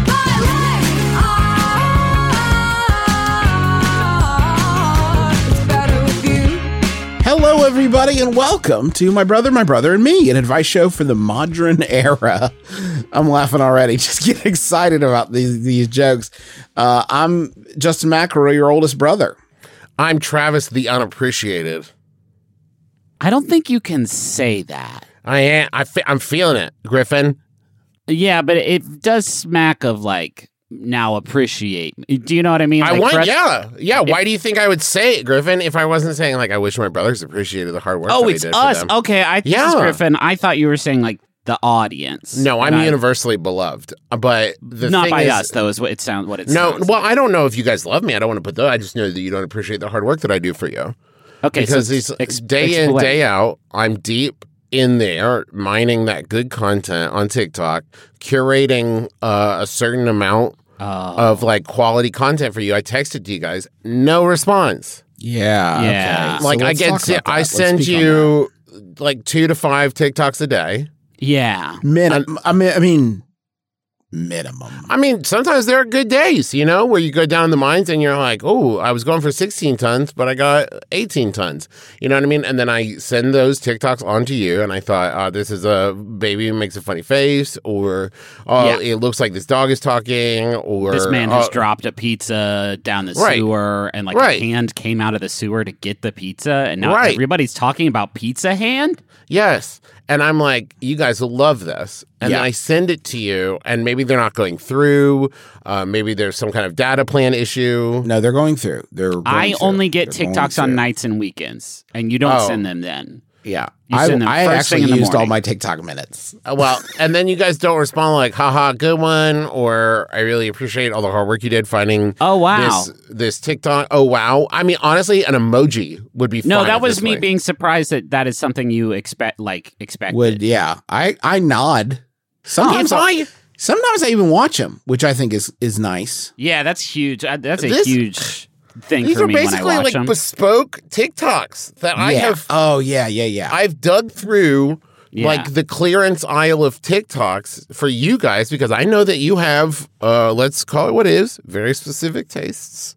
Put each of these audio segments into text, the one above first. My life, ah, it's better with you. Hello, everybody, and welcome to My Brother, My Brother, and Me, an advice show for the modern era. I'm laughing already. Just get excited about these, these jokes. Uh, I'm Justin McElroy, your oldest brother. I'm Travis the unappreciated. I don't think you can say that. I am. I fe- I'm feeling it, Griffin. Yeah, but it does smack of like now appreciate. me. Do you know what I mean? I Like, want. Brett- yeah, yeah. Why do you think I would say it, Griffin, if I wasn't saying like I wish my brothers appreciated the hard work? Oh, that I it's did for us. them? Okay, I this is Yeah. Griffin. I thought you were saying like the audience. No, I'm And I- universally beloved, but the not thing by is- us though. Is what it sounds. What it No, sounds well, I don't know if you guys love me. I don't want to put that. I just know that you don't appreciate the hard work that I do for you. okay, because so these ex- day in explain. day out i'm deep in there mining that good content on tiktok curating uh, a certain amount uh, of like quality content for you i texted to you guys no response Yeah. Yeah. like i get se- i send you like two to five tiktoks a day Yeah. Minimum. I mean, I mean, minimum. I mean, sometimes there are good days, you know, where you go down the mines and you're like, oh, I was going for 16 tons, but I got 18 tons. You know what I mean? And then I send those TikToks onto you, and I thought, uh, this is a baby who makes a funny face, or oh, Yeah. it looks like this dog is talking, or This man has oh, dropped a pizza down the Right. sewer, and like Right. a hand came out of the sewer to get the pizza, and now Right. everybody's talking about pizza hand. Yes. And I'm like, you guys will love this. And Yeah. then I send it to you, and maybe they're not going through. Uh, maybe there's some kind of data plan issue. No, they're going through. They're. going I through. only get They're going TikToks through. on nights and weekends, and you don't Oh. send them then. Yeah. You I, send them I had first thing actually in the used all morning. my TikTok minutes. Uh, Well, and then you guys don't respond like, haha, good one, or I really appreciate all the hard work you did finding Oh, wow. this, this TikTok. Oh, wow. I mean, honestly, an emoji would be No, fine that at was this me point. being surprised that that is something you expect, like expected. Would yeah. I I nod. Sometimes Am I, I- sometimes I even watch them, which I think is is nice. yeah, that's huge. Uh, That's a This- huge thing These for are me when I basically watch like them. bespoke TikToks that I yeah. have Oh yeah, yeah, yeah. I've dug through Yeah. like the clearance aisle of TikToks for you guys because I know that you have uh let's call it what it is, very specific tastes.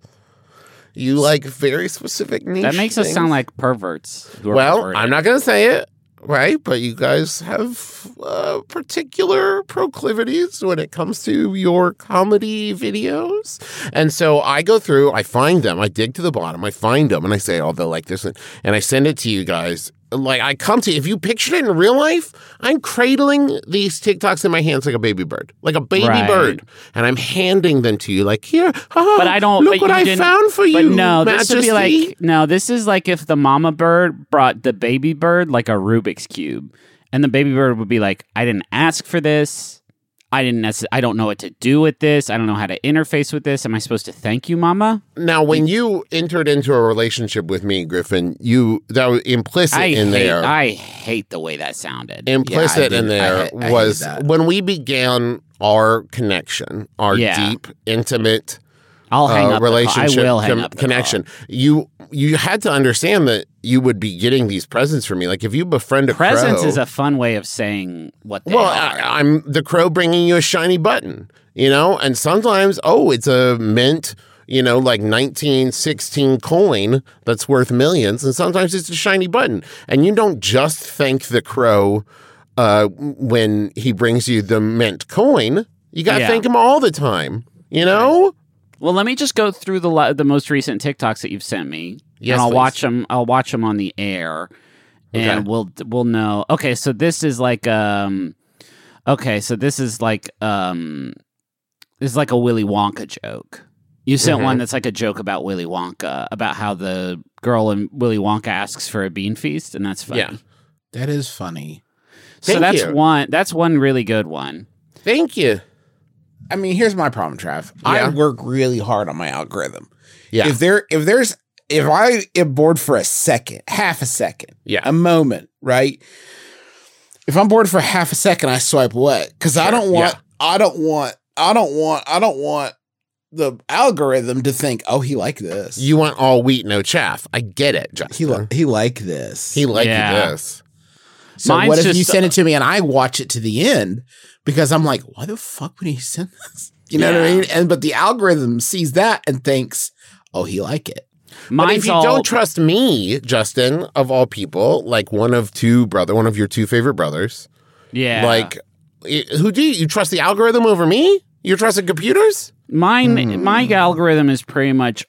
You like very specific niche. that makes us things. sound like perverts. who are Well, perverted. I'm not going to say it, right? But you guys have uh, particular proclivities when it comes to your comedy videos. And so I go through, I find them, I dig to the bottom, I find them, and I say, oh, they'll like this one. And I send it to you guys. Like, I come to, if you pictured it in real life, I'm cradling these TikToks in my hands like a baby bird, like a baby Right. bird. And I'm handing them to you, like, here, But I don't. look but what you I didn't- found for but you. No, this would be Majesty." like no. This is like if the mama bird brought the baby bird like a Rubik's cube, and the baby bird would be like, "I didn't ask for this. I didn't. Necess- I don't know what to do with this. I don't know how to interface with this. Am I supposed to thank you, mama? Now, when you entered into a relationship with me, Griffin, you that was implicit I in hate. there. I hate the way that sounded. implicit Yeah, I in did. there I- I was hated that. when we began our connection, our Yeah. deep, intimate I'll hang uh, up. the call. relationship I will hang con- up the connection. You you had to understand that you would be getting these presents from me. Like if you befriend a call. Presents crow, is a fun way of saying what they well, are. I, I'm the crow bringing you a shiny button, you know, and sometimes, oh, it's a mint, you know, like 1916 coin that's worth millions, and sometimes it's a shiny button, and you don't just thank the crow. uh, when he brings you the mint coin, you got to Yeah. thank him all the time. You know? Well, let me just go through the li- the most recent TikToks that you've sent me. Yes, and I'll please. watch them. I'll watch them on the air, and Okay. we'll we'll know. Okay, so this is like um, okay, so this is like um, this is like a Willy Wonka joke. You sent Mhm. one that's like a joke about Willy Wonka, about how the girl in Willy Wonka asks for a bean feast, and that's funny. Yeah. That is funny. So Thank that's you. one. That's one really good one. Thank you. I mean, here's my problem, Trav. I Yeah. work really hard on my algorithm. Yeah. If there, if there's, if I am bored for a second, half a second, Yeah. a moment, right? If I'm bored for half a second, I swipe away because I don't want, yeah. I don't want, I don't want, I don't want the algorithm to think, oh, he liked this. you want all wheat, no chaff. I get it, Justin. he li- he liked this. he liked Yeah. this. so Mine's what if just- uh, you send it to me and I watch it to the end because I'm like, why the fuck would he send this? You know what I Yeah. mean? And but the algorithm sees that and thinks, oh, he like it. But Mine's if you all don't trust me, Justin, of all people, like one of two brother, one of your two favorite brothers, yeah, like i- who do you, you trust the algorithm over me? You're trusting computers? Mine, my algorithm is pretty much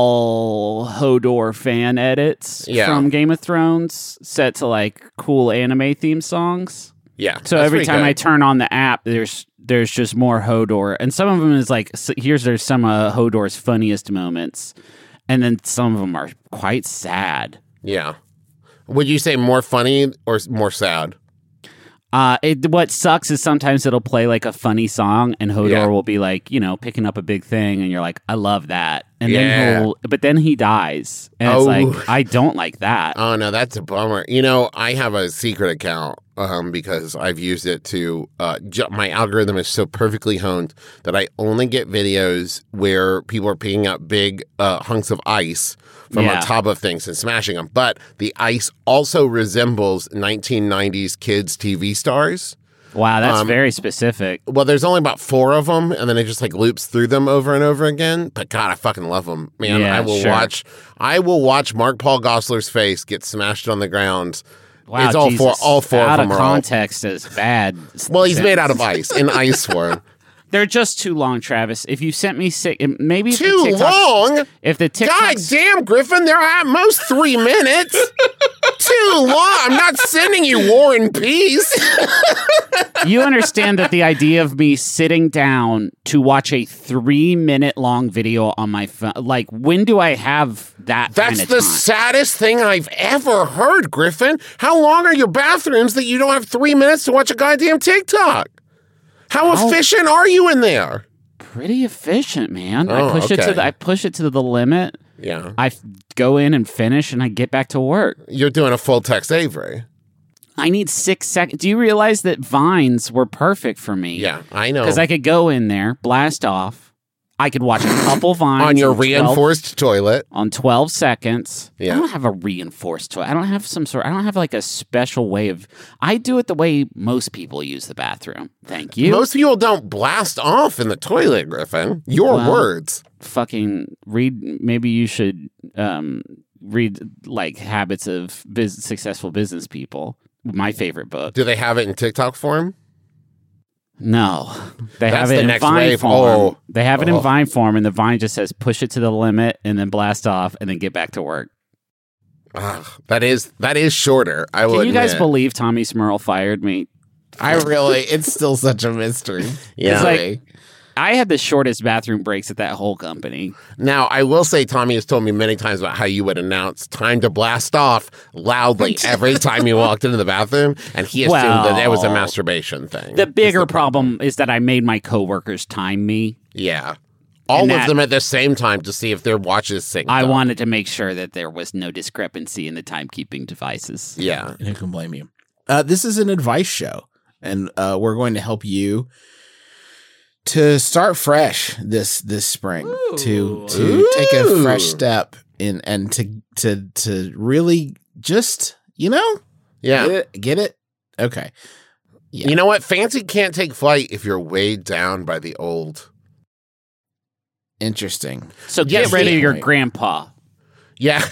all Hodor fan edits Yeah. from Game of Thrones, set to like cool anime theme songs. Yeah. So every time I turn on the app, there's there's just more Hodor, and some of them is like s here's there's some of Hodor's funniest moments, and then some of them are quite sad. yeah. Would you say more funny or s- more sad? Uh, it, what sucks is sometimes it'll play like a funny song, and Hodor Yeah. will be like, you know, picking up a big thing, and you're like, I love that, and Yeah. then he'll, but then he dies, and Oh. it's like, I don't like that. Oh no, that's a bummer. You know, I have a secret account um, because I've used it to. Uh, ju- my algorithm is so perfectly honed that I only get videos where people are picking up big uh, hunks of ice from Yeah. on top of things and smashing them. But the ice also resembles 1990s kids TV stars. Wow, that's Um, very specific. Well, there's only about four of them, and then it just like loops through them over and over again. But God, I fucking love them, man. Yeah, I will sure. watch. I will watch Mark Paul Gossler's face get smashed on the ground. Wow, it's all Jesus. four. All four out of them of are. all- context is bad. well, he's made out of ice in ice form. They're just too long, Travis. If you sent me six, maybe if the Too TikToks- long. If the God TikToks, damn, Griffin, they're at most three minutes. Too long. I'm not sending you War and Peace. you understand that the idea of me sitting down to watch a three minute long video on my phone, like when do I have that? That's kind the of time? saddest thing I've ever heard, Griffin. How long are your bathrooms that you don't have three minutes to watch a goddamn TikTok? How efficient are you in there? pretty efficient, man. Oh, I push it okay. to the, I push it to the limit. Yeah. I f- go in and finish, and I get back to work. You're doing a full text Avery. I need six seconds. Do you realize that vines were perfect for me? Yeah, I know. because I could go in there, blast off. I could watch a couple vines On your 12 reinforced toilet. on 12 seconds. Yeah. I don't have a reinforced toilet. I don't have some sort. I don't have like a special way of. I do it the way most people use the bathroom. Thank you. Most people don't blast off in the toilet, Griffin. Your Well- words. fucking read. Maybe you should um, read like habits of bus successful business people. My favorite book. Do they have it in TikTok form? No, they That's have it the in next Vine wave. form. Oh. They have it Oh. in Vine form, and the Vine just says push it to the limit and then blast off and then get back to work. Ugh, that is that is shorter. I will. Can you guys admit. believe Tommy Smurl fired me? I really, it's still such a mystery. Yeah. It's like I had the shortest bathroom breaks at that whole company. now I will say Tommy has told me many times about how you would announce time to blast off loudly every time you walked into the bathroom, and he assumed that that was a Well, masturbation thing. The bigger problem is that I made my coworkers time me. yeah. All And of that- them at the same time to see if their watches sync. I up. wanted to make sure that there was no discrepancy in the timekeeping devices. Yeah. And who can blame you? Uh, this is an advice show, and uh, we're going to help you to start fresh this this spring. To to take a fresh Ooh. step in and to to to really just you know Yeah. get it get it okay. Yeah. You know what? Fancy can't take flight if you're weighed down by the old. Interesting. So Yes, get rid of yeah. your grandpa. Yeah.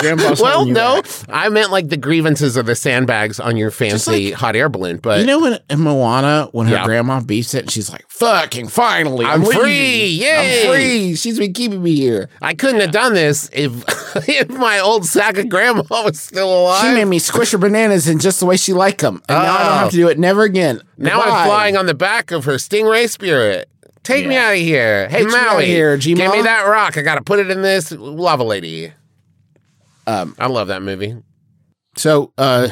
grandpa's well, holding you no, back. I meant like the grievances of the sandbags on your fancy hot air balloon. But You know when in Moana when her Yeah. grandma beats it and she's like, "Fucking finally, I'm I'm, free, free, yay." I'm free." She's been keeping me here. I couldn't have done this if if my old sack of grandma was still She alive. made me squish her bananas in just the way she liked them, and now I Oh. don't have to do it never again. now Goodbye. I'm flying on the back of her stingray spirit. Take me Yeah. out of here. Hey, Get you outta Maui. here, give G-Ma. me that rock. I got to put it in this lava lady. Um, I love that movie. So, uh,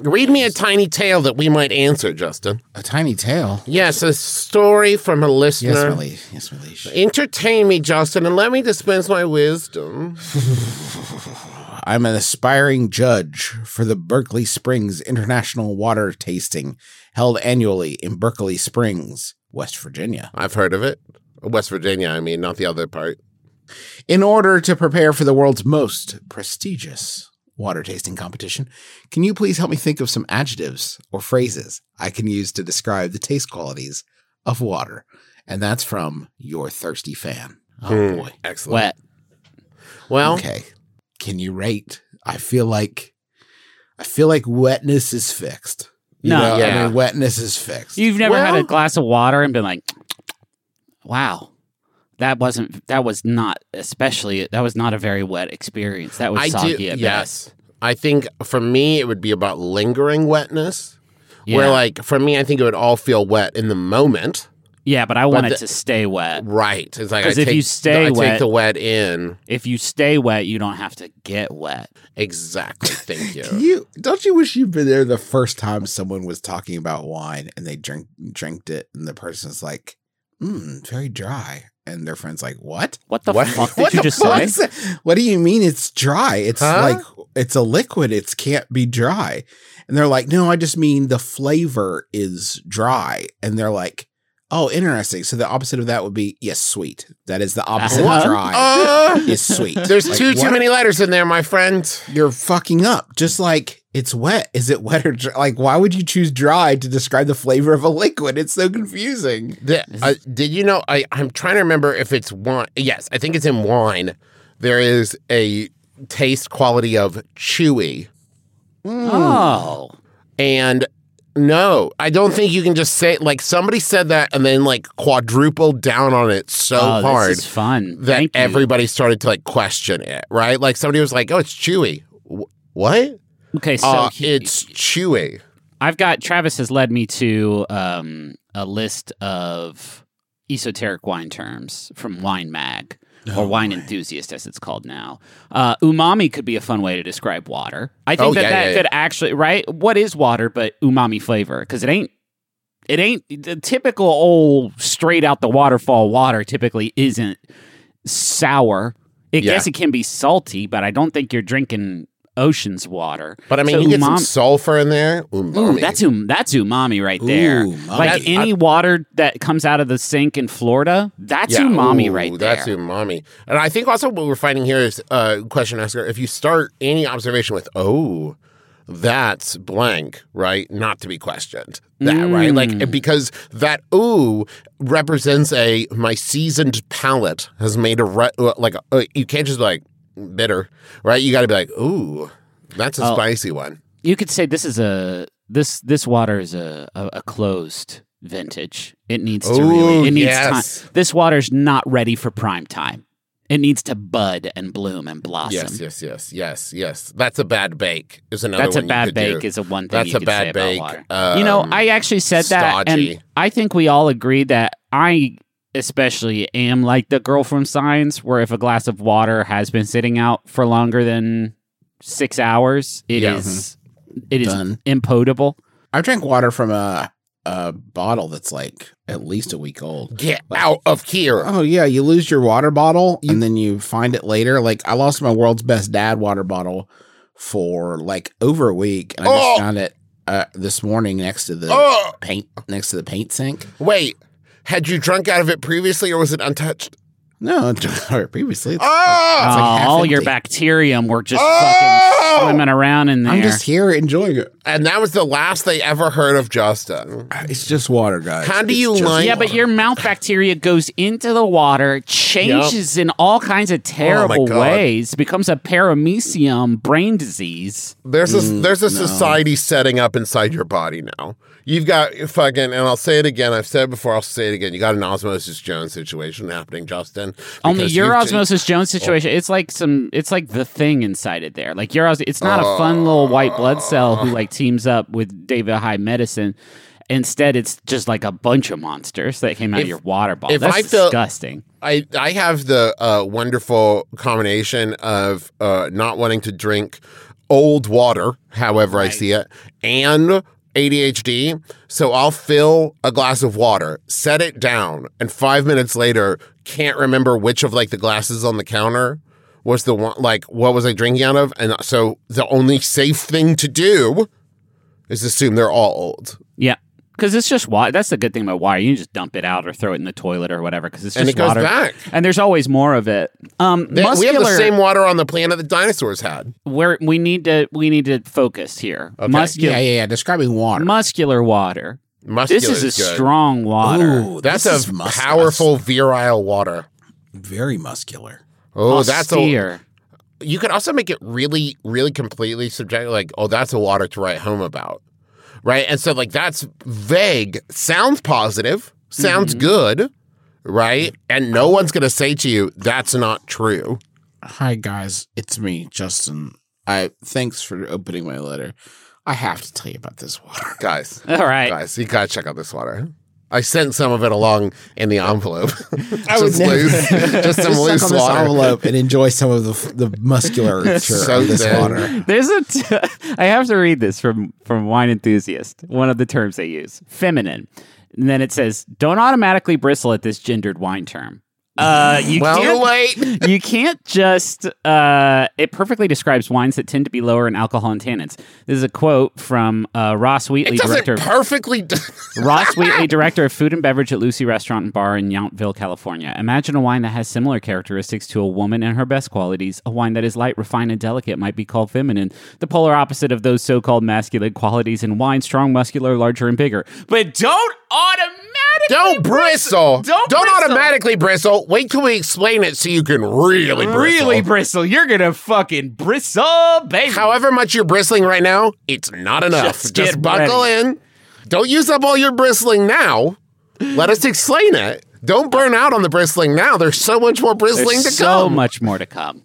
Read me a tiny tale that we might answer, Justin. a tiny tail. Yes, a story from a listener. Yes, really. Yes, really. Entertain me, Justin, and let me dispense my wisdom. I'm an aspiring judge for the Berkeley Springs International Water Tasting, held annually in Berkeley Springs, West Virginia. I've heard of it. West Virginia, I mean, not the other part. In order to prepare for the world's most prestigious water tasting competition, can you please help me think of some adjectives or phrases I can use to describe the taste qualities of water? And that's from your thirsty fan. Oh boy. Excellent. Wet. Well, Okay. Can you rate? I feel like I feel like wetness is fixed. You No. know, I Yeah. mean, wetness is fixed. You've never had Well- a glass of water and been like, "Wow, that wasn't that was not especially that was not a very wet experience. That was I soggy do. at Yes. best." I think for me, it would be about lingering wetness. Where, Yeah. like, for me, I think it would all feel wet in the moment. Yeah, but I want the- it to stay wet. Right. It's like I 'Cause if take, you stay I take wet- the wet in. If you stay wet, you don't have to get wet. Exactly. Thank you. you don't you wish you'd been there the first time someone was talking about wine and they drink drank it and the person's like, mm, very dry. And their friend's like, What? What the What- fuck did what you the just fuck say? What's that? What do you mean it's dry? It's Huh? like it's a liquid. It can't be dry. And they're like, no, I just mean the flavor is dry. And they're like, oh, interesting. So the opposite of that would be yes, sweet. That is the opposite of What? dry Uh, is sweet. there's Like, too too what? many letters in there, my friend. You're fucking up. Just like it's wet. Is it wet or dry? like why would you choose dry to describe the flavor of a liquid? It's so confusing. The, uh, did you know? I, I'm trying to remember if it's wine. Yes, I think it's in wine. There is a taste quality of chewy. Hmm. Oh, And no, I don't think you can just say, like, somebody said that and then, like, quadrupled down on it so oh, hard this is fun. that Thank you. everybody started to, like, question it, right? Like, somebody was like, oh, it's chewy. Wh- what? okay, so Uh, he- it's chewy. I've got Travis has led me to um, a list of esoteric wine terms from Wine Mag Oh, or Wine Enthusiast, as it's called now. Uh, umami could be a fun way to describe water. I think Oh, that yeah, that yeah, could actually right. What is water but umami flavor? Because it ain't. It ain't the typical old straight out the waterfall water. Typically, isn't sour. I Yeah. guess it can be salty, but I don't think you're drinking ocean's water. But I mean, So you get some umami- sulfur in there. Ooh, Umami. that's um, that's umami right there. Ooh, umami. Like any water that comes out of the sink in Florida, that's umami ooh, right there. That's umami. And I think also what we're finding here is uh, question asker. If you start any observation with "oh," that's blank, right? Not to be questioned. That right? Mm. Like because that "ooh" represents a my seasoned palate has made a re- like uh, you can't just be like bitter, right? You got to be like "ooh." That's a Oh. spicy one. you could say this is a this this water is a a, a closed vintage. It needs to Ooh, really it needs yes. time. This water's not ready for prime time. It needs to bud and bloom and blossom. Yes, yes, yes, yes, yes. That's a bad bake. Is another That's a one you bad could do. bake is a one thing That's you a could bad say bake. about water. you know, Um, I actually said that, stodgy. and I think we all agree that I especially am like the girl from Signs, where if a glass of water has been sitting out for longer than six hours, it is Yeah. it is mm-hmm. Done. impotable. I've drank water from a a bottle that's like at least a week old. Get out of here. Oh yeah, you lose your water bottle and then you find it later. Like I lost my world's best dad water bottle for like over a week, and I Oh. just found it uh, this morning next to the Oh. paint next to the paint sink. Wait, had you drunk out of it previously or was it untouched? No, or previously. Oh, It's- Ah! like half Uh, all your empty. bacterium were just Oh! fucking swimming around in there. I'm just here enjoying it. And that was the last they ever heard of Justin. It's just water, guys. How do It's you just- like? yeah, but your mouth bacteria goes into the water, changes in all kinds Oh of terrible God. ways, becomes a paramecium brain disease. There's a Mm, there's a society setting up inside your body now. You've got fucking, and I'll say it again. I've said it before. I'll say it again. You got an osmosis Jones situation happening, Justin. Only because Oh. your you've- osmosis Jones situation, it's like some, it's like the thing inside it there. Like your, os- it's not a fun little white blood cell who like teams up with David High Medicine. Instead, it's just like a bunch of monsters that came out If- of your water bottle. if That's I feel- disgusting. I I have the uh, wonderful combination of uh, not wanting to drink old water, however I see it, and ADHD. So I'll fill a glass of water, set it down, and five minutes later can't remember which of like the glasses on the counter was the one like what was I drinking out of, and so the only safe thing to do is assume they're all old. Yeah. Because it's just water. That's the good thing about water. You can just dump it out or throw it in the toilet or whatever. Because it's just And it goes water. back. And there's always more of it. Um, They- we muscular. have the same water on the planet the dinosaurs had. where we need to we need to focus here. Muscular Yeah, yeah, yeah. Describing water. muscular water. Muscular This is a good. strong water. Ooh, That's this a is mus- powerful virile water. Very muscular. Oh, that's Austere. a. You can also make it really, really completely subjective. Like, oh, that's a water to write home about, right? And so, like, that's vague. Sounds positive. Sounds Mm-hmm. good, right? And no one's gonna say to you that's not true. Hi guys, it's me, Justin. I thanks for opening my letter. I have to tell you about this water. Guys, All right. guys, you gotta check out this water. I sent some of it along in the envelope. I would just never- loose, just some Just suck loose on this water. envelope and enjoy some of the f- the muscular So of this thin. water. There's a. T- I have to read this from from Wine Enthusiast. One of the terms they use, feminine, and then it says, "Don't automatically bristle at this gendered wine term." Uh, you Well, can't wait. you can't just uh, it perfectly describes wines that tend to be lower in alcohol and tannins this is a quote from uh, ross wheatley It doesn't director of, perfectly. d- ross wheatley director of food and beverage at lucy restaurant and bar in yountville california imagine a wine that has similar characteristics to a woman and her best qualities a wine that is light refined and delicate might be called feminine the polar opposite of those so-called masculine qualities in wine strong muscular larger and bigger but don't automatically Don't bristle. Don't bristle. automatically bristle. Wait till we explain it so you can really bristle. really bristle you're gonna fucking bristle baby However much you're bristling right now, it's not enough. Just, Just get buckle in. Don't use up all your bristling now. Let us explain it. Don't burn out on the bristling now. There's so much more bristling There's to so come. much more to come.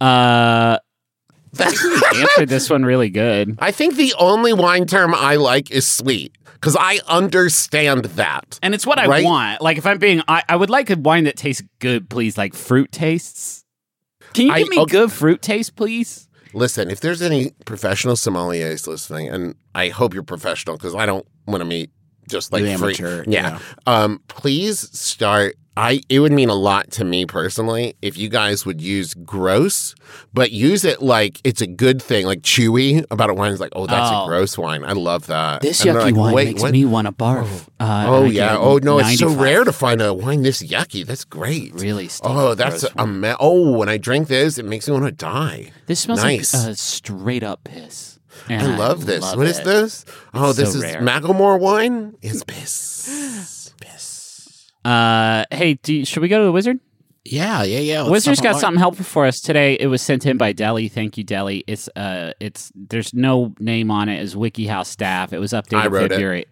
Uh, answered this one really good. I think the only wine term I like is sweet because I understand that. And it's what I Right? want. Like, if I'm being, I, I would like a wine that tastes good, please. Like fruit tastes. Can you I- give me okay. good fruit taste, please? Listen, if there's any professional sommeliers listening, and I hope you're professional because I don't want to meet just like The free- amateur, Yeah. Um, please start. I it would mean a lot to me personally if you guys would use gross, but use it like it's a good thing, like chewy about a wine. It's like, oh, that's Oh. a gross wine. I love that. This And yucky they're like, wine "Wait, makes what?" me want to barf. Uh, and Oh I get yeah. Oh no, it's so 95. rare to find a wine this yucky. That's great. Really stinks. Oh, that's a, me- oh. When I drink this, it makes me want to die. This smells nice. like uh, straight up piss. And I love this. What is it. this? Oh, this so is rare. Macklemore wine. It's piss. Uh, hey, do you, should we go to the wizard? Yeah, yeah, yeah. let's Wizard's talk got about- something helpful for us today. It was sent in by Deli. Thank you, Deli. It's uh, it's there's no name on it. It's WikiHow staff. It was updated I wrote it. February.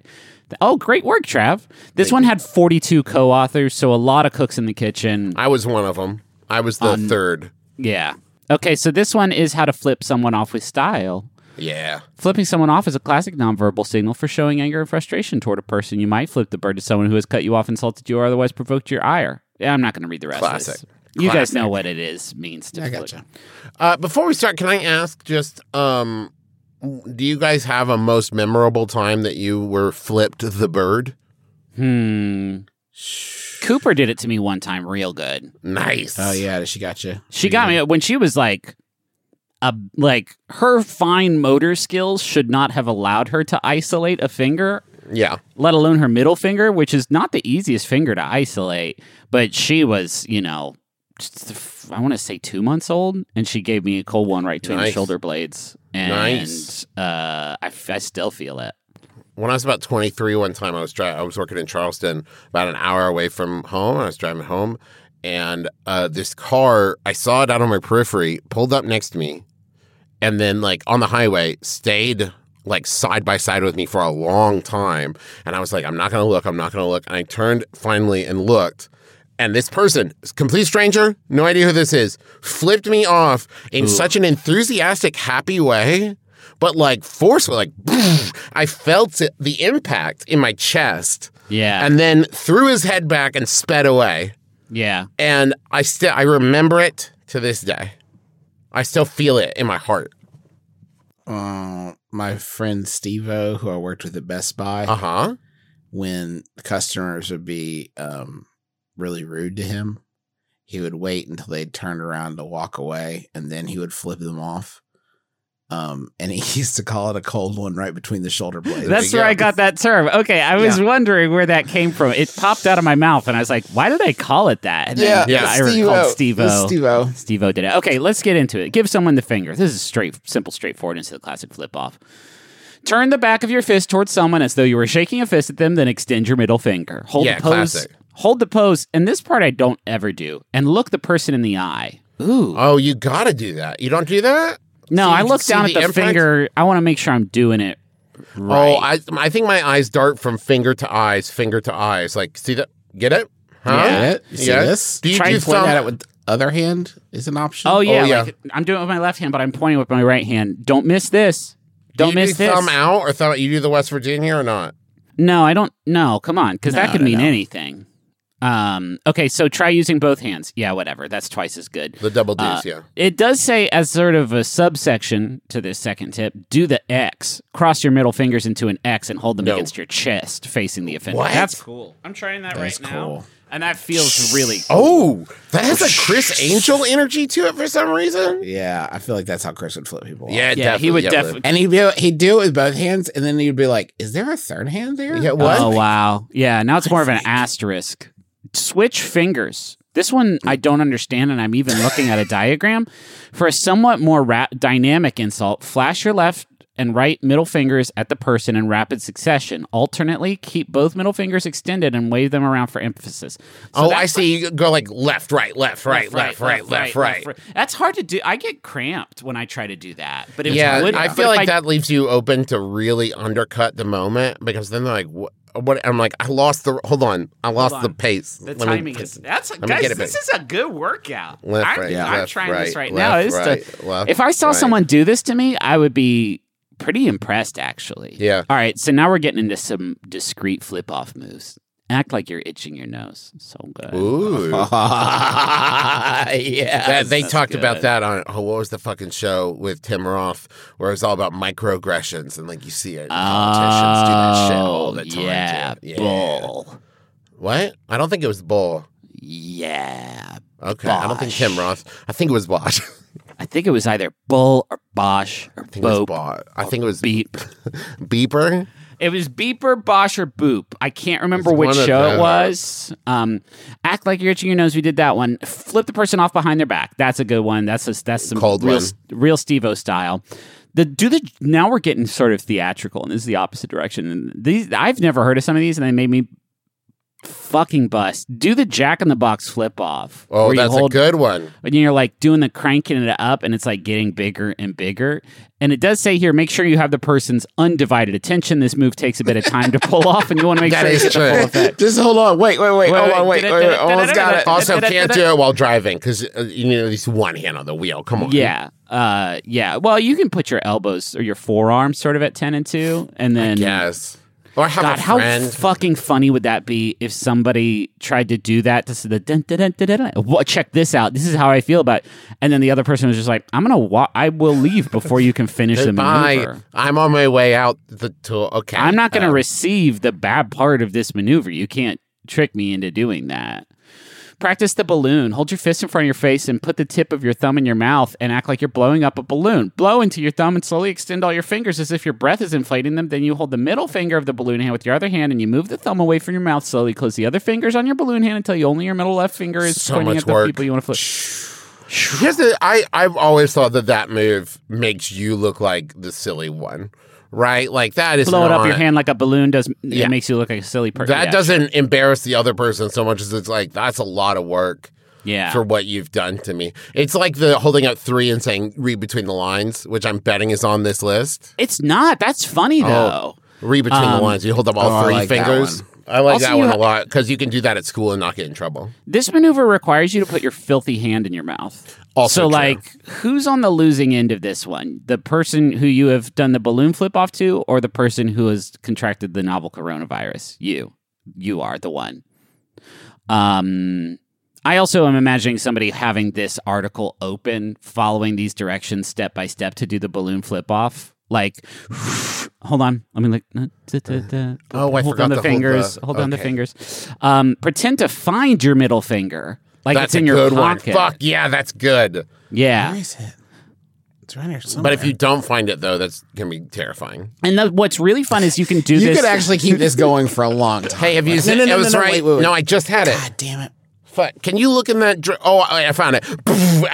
Oh, great work, Trav. This one had 42 co-authors, so a lot of cooks in the kitchen. I was one of them. I was the third. Yeah. Okay, so this one is how to flip someone off with style. Yeah. Flipping someone off is a classic nonverbal signal for showing anger and frustration toward a person. You might flip the bird to someone who has cut you off, insulted you, or otherwise provoked your ire. Yeah, I'm not going to read the rest. Of Classic. this. You guys know what it is means to. I flip. gotcha. Uh, before we start, can I ask just um, do you guys have a most memorable time that you were flipped the bird? Hmm. Cooper did it to me one time real good. Nice. Oh yeah, she got you. She got me when she was like a like her fine motor skills should not have allowed her to isolate a finger, Yeah. let alone her middle finger, which is not the easiest finger to isolate, but she was, you know, just- I want to say two months old, and she gave me a cold one right between the Nice. shoulder blades, and Nice. uh, I, f- I still feel it. when I was about 23, one time I was dri- I was working in Charleston, about an hour away from home. I was driving home, and uh, this car I saw it out on my periphery, pulled up next to me, and then like on the highway stayed like side by side with me for a long time. And I was like, I'm not gonna look. I'm not gonna look. And I turned finally and looked. And this person, complete stranger, no idea who this is, flipped me off in such an enthusiastic, happy way but like forceful, like I felt it, the impact in my chest, Yeah, and then threw his head back and sped away. yeah. And I still, I remember it to this day. I still feel it in my heart. Uh, my friend Stevo, who I worked with at Best Buy, Uh huh. when customers would be um, really rude to him, he would wait until they'd turned around to walk away, and then he would flip them off. Um, and he used to call it a cold one right between the shoulder blades. That's where I got that term. Okay, I was wondering where that came from. It popped out of my mouth, and I was like, "Why did I call it that?" And then Yeah. I recalled Steve-O. Steve-O. Steve-O did it. Okay, let's get into it. Give someone the finger. This is straight, simple, straightforward into the classic flip off. Turn the back of your fist towards someone as though you were shaking a fist at them, then extend your middle finger. Hold Yeah, the pose. classic. Hold the pose, and this part I don't ever do. And look the person in the eye. Ooh. Oh, you gotta do that. You don't do that. no, so you I can look see down the at the impact? finger. I want to make sure I'm doing it right. Oh, I, I think my eyes dart from finger to eyes, finger to eyes. Like, see that? Get it? Huh? Yeah. Get it? You see this? Do you Try do and point thumb? At it with the other hand is an option. Oh yeah, yeah. like, I'm doing it with my left hand, but I'm pointing with my right hand. Don't miss this. do Don't you miss do this. Thumb out or thumb? You do the West Virginia or not? No, I don't. No, come on, because that No, could no, mean no. anything. Um. Okay, so try using both hands. Yeah, whatever. That's twice as good. The double D's, Uh, yeah. It does say, as sort of a subsection to this second tip, do the X. Cross your middle fingers into an X and hold them No. against your chest, facing the offender. What? That's cool. I'm trying that That's right now, cool. and that feels really. Oh, that has a Chris Angel energy to it for some reason. Yeah, I feel like that's how Chris would flip people. off. Yeah, yeah, he would definitely. and he'd be, he'd do it with both hands, and then he'd be like, "Is there a third hand there?" Yeah, what? Oh wow. Yeah, now it's more of an asterisk. Switch fingers. This one I don't understand, and I'm even looking at a diagram. For a somewhat more ra- dynamic insult, flash your left and right middle fingers at the person in rapid succession. Alternately, keep both middle fingers extended and wave them around for emphasis. So oh, that- I see. You go like left, right, left, right, left, right, left, right. That's hard to do. I get cramped when I try to do that. But it Yeah, would, I but feel if like that leaves you open to really undercut the moment because then they're like, what? what? I'm like, I lost the. Hold on, I lost on. the pace. The Let me timing pa- is that's me guys. get it This back. is a good workout. Left, I'm, right, I'm left, trying this right, right now. left, This is right, the- left, if I saw right. someone do this to me, I would be pretty impressed, actually. Yeah. All right. So now we're getting into some discreet flip off moves. Act like you're itching your nose. So good. Ooh. yeah. That, they that's talked about good. that on oh, what was the fucking show with Tim Roth, where it was all about microaggressions and like you see it. Politicians do that shit all the time. Oh, Yeah, dude. bull. What? I don't think it was Bull. Yeah. Okay, I don't think Bosch. Tim Roth. I think it was Bosch. I think it was either bull or Bosch or I think it was Bope. Bosch. I think it was Beep. Beeper. It was Beeper, Bosch, or Boop. I can't remember It's which one of show it those. was. Um, act like you're itching your nose. We did that one. Flip the person off behind their back. That's a good one. That's a, that's some Cold real one. real Stevo style. The do the now we're getting sort of theatrical, and this is the opposite direction. And these I've never heard of some of these, and they made me fucking bust. Do the Jack in the Box flip off. Oh, where you that's hold- a good one. and you're like doing the cranking it up and it's like getting bigger and bigger and it does say here make sure you have the person's undivided attention this move takes a bit of time to pull off and you want to make That sure you is get the true. full effect Just hold on. Wait, wait, wait. Wait, hold wait, on. Wait, did wait, it- wait. did it- Almost did it- got did it. it- Also, can't do it while driving because uh, you need at least one hand on the wheel. Come on. yeah uh yeah well you can put your elbows or your forearms sort of at 10 and 2 and then Yes. Or have God, a how friend. fucking funny would that be if somebody tried to do that to s- the dun, dun, dun, dun, dun, dun. What, check this out. This is how I feel about, it. and then the other person was just like, "I'm gonna, wa- I will leave before you can finish the Goodbye. maneuver." I'm on my way out the to okay. I'm not going to uh, receive the bad part of this maneuver. You can't trick me into doing that. Practice the balloon. Hold your fist in front of your face and put the tip of your thumb in your mouth and act like you're blowing up a balloon. Blow into your thumb and slowly extend all your fingers as if your breath is inflating them. Then you hold the middle finger of the balloon hand with your other hand and you move the thumb away from your mouth slowly. Close the other fingers on your balloon hand until you only your middle left finger is So pointing much at the work. people you want to flip. Here's the, I I've always thought that that move makes you look like the silly one, right? Like that is Blow it up not- your hand like a balloon does. uh, Yeah. It makes you look like a silly person. That doesn't embarrass the other person so much as it's like that's a lot of work Yeah. for what you've done to me. It's like the holding up three and saying read between the lines, which I'm betting is on this list. It's not. That's funny Oh. though. Read between the Um, lines. You hold up all oh, I three like that fingers. one. I like Also, that one you a lot because you can do that at school and not get in trouble. This maneuver requires you to put your filthy hand in your mouth. Also so, true. like, who's on the losing end of this one? The person who you have done the balloon flip off to, or the person who has contracted the novel coronavirus? You, you are the one. Um, I also am imagining somebody having this article open, following these directions step by step to do the balloon flip off. Like, hold on, let me look. Uh, duh, duh, duh. Oh, I hold forgot on to hold the fingers. the- Hold on the okay. fingers. Um, pretend to find your middle finger, like that's it's in a your good one. pocket. Fuck yeah, that's good. Yeah, is it? It's right here somewhere. But if you don't find it though, that's gonna be terrifying. and the, what's really fun is you can do you this. could actually keep this going for a long time. Hey, have you seen no, no, it no, was no, right? wait, wait, wait. No, I just had it. God damn it! Fuck. Can you look in that? Dr- oh, I I found it.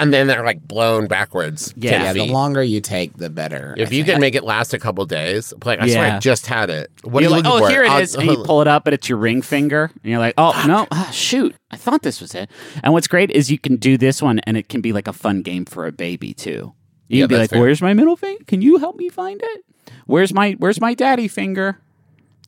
And then they're like blown backwards. Yeah. Ten Yeah, the feet. longer you take, the better. I if you think. can make it last a couple days, like I swear I Yeah. just had it. What you're are you like, looking oh, for? here I'll- it is. And you pull it up, and it's your ring finger. And you're like, oh, no, ah, shoot. I thought this was it. And what's great is you can do this one, and it can be like a fun game for a baby, too. You Yeah, can be that's like, fair. where's my middle finger? Can you help me find it? Where's my Where's my daddy finger?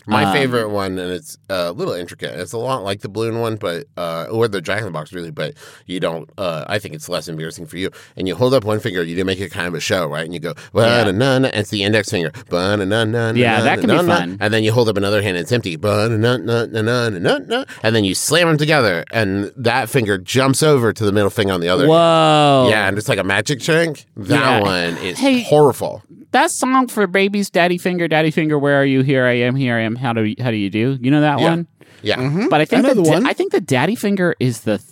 My Um, favorite one, and it's uh, a little intricate. It's a lot like the balloon one, but uh, or the jack in the box, really. But you don't. Uh, I think it's less embarrassing for you. And you hold up one finger. You do make it kind of a show, right? And you go na na na. It's the index finger. na na na. Yeah, that can be fun. And then you hold up another hand. It's empty. na na na na na na. And then you slam them together, and that finger jumps over to the middle finger on the other. Whoa. Yeah, and it's like a magic trick. That Yeah. one is Hey. horrible. That song for babies, Daddy Finger, Daddy Finger, Where Are You? Here I Am, Here I Am. How do you, how do you do? You know that Yeah. one? Yeah, But I think know the da- one. I think the daddy finger is the th-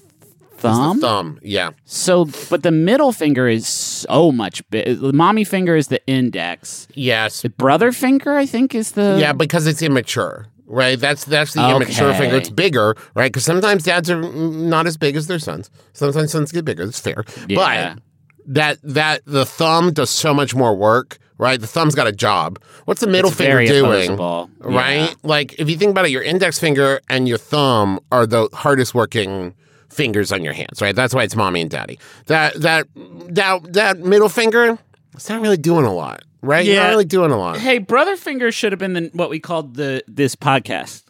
thumb. thumb. Yeah. So, but the middle finger is so much big. The mommy finger is the index. Yes. The brother finger, I think, is the Yeah, because it's immature, right? That's that's the immature Okay. finger. It's bigger, right? Because sometimes dads are mm, not as big as their sons. Sometimes sons get bigger. That's fair. Yeah. But that that the thumb does so much more work, right? The thumb's got a job. What's the middle It's finger very doing? opposable. Yeah. Right? Like if you think about it, your index finger and your thumb are the hardest working fingers on your hands, right? That's why it's mommy and daddy. That that that that middle finger, it's not really doing a lot, right? You're not Yeah. really doing a lot. Hey, brother finger should have been the, what we called the this podcast.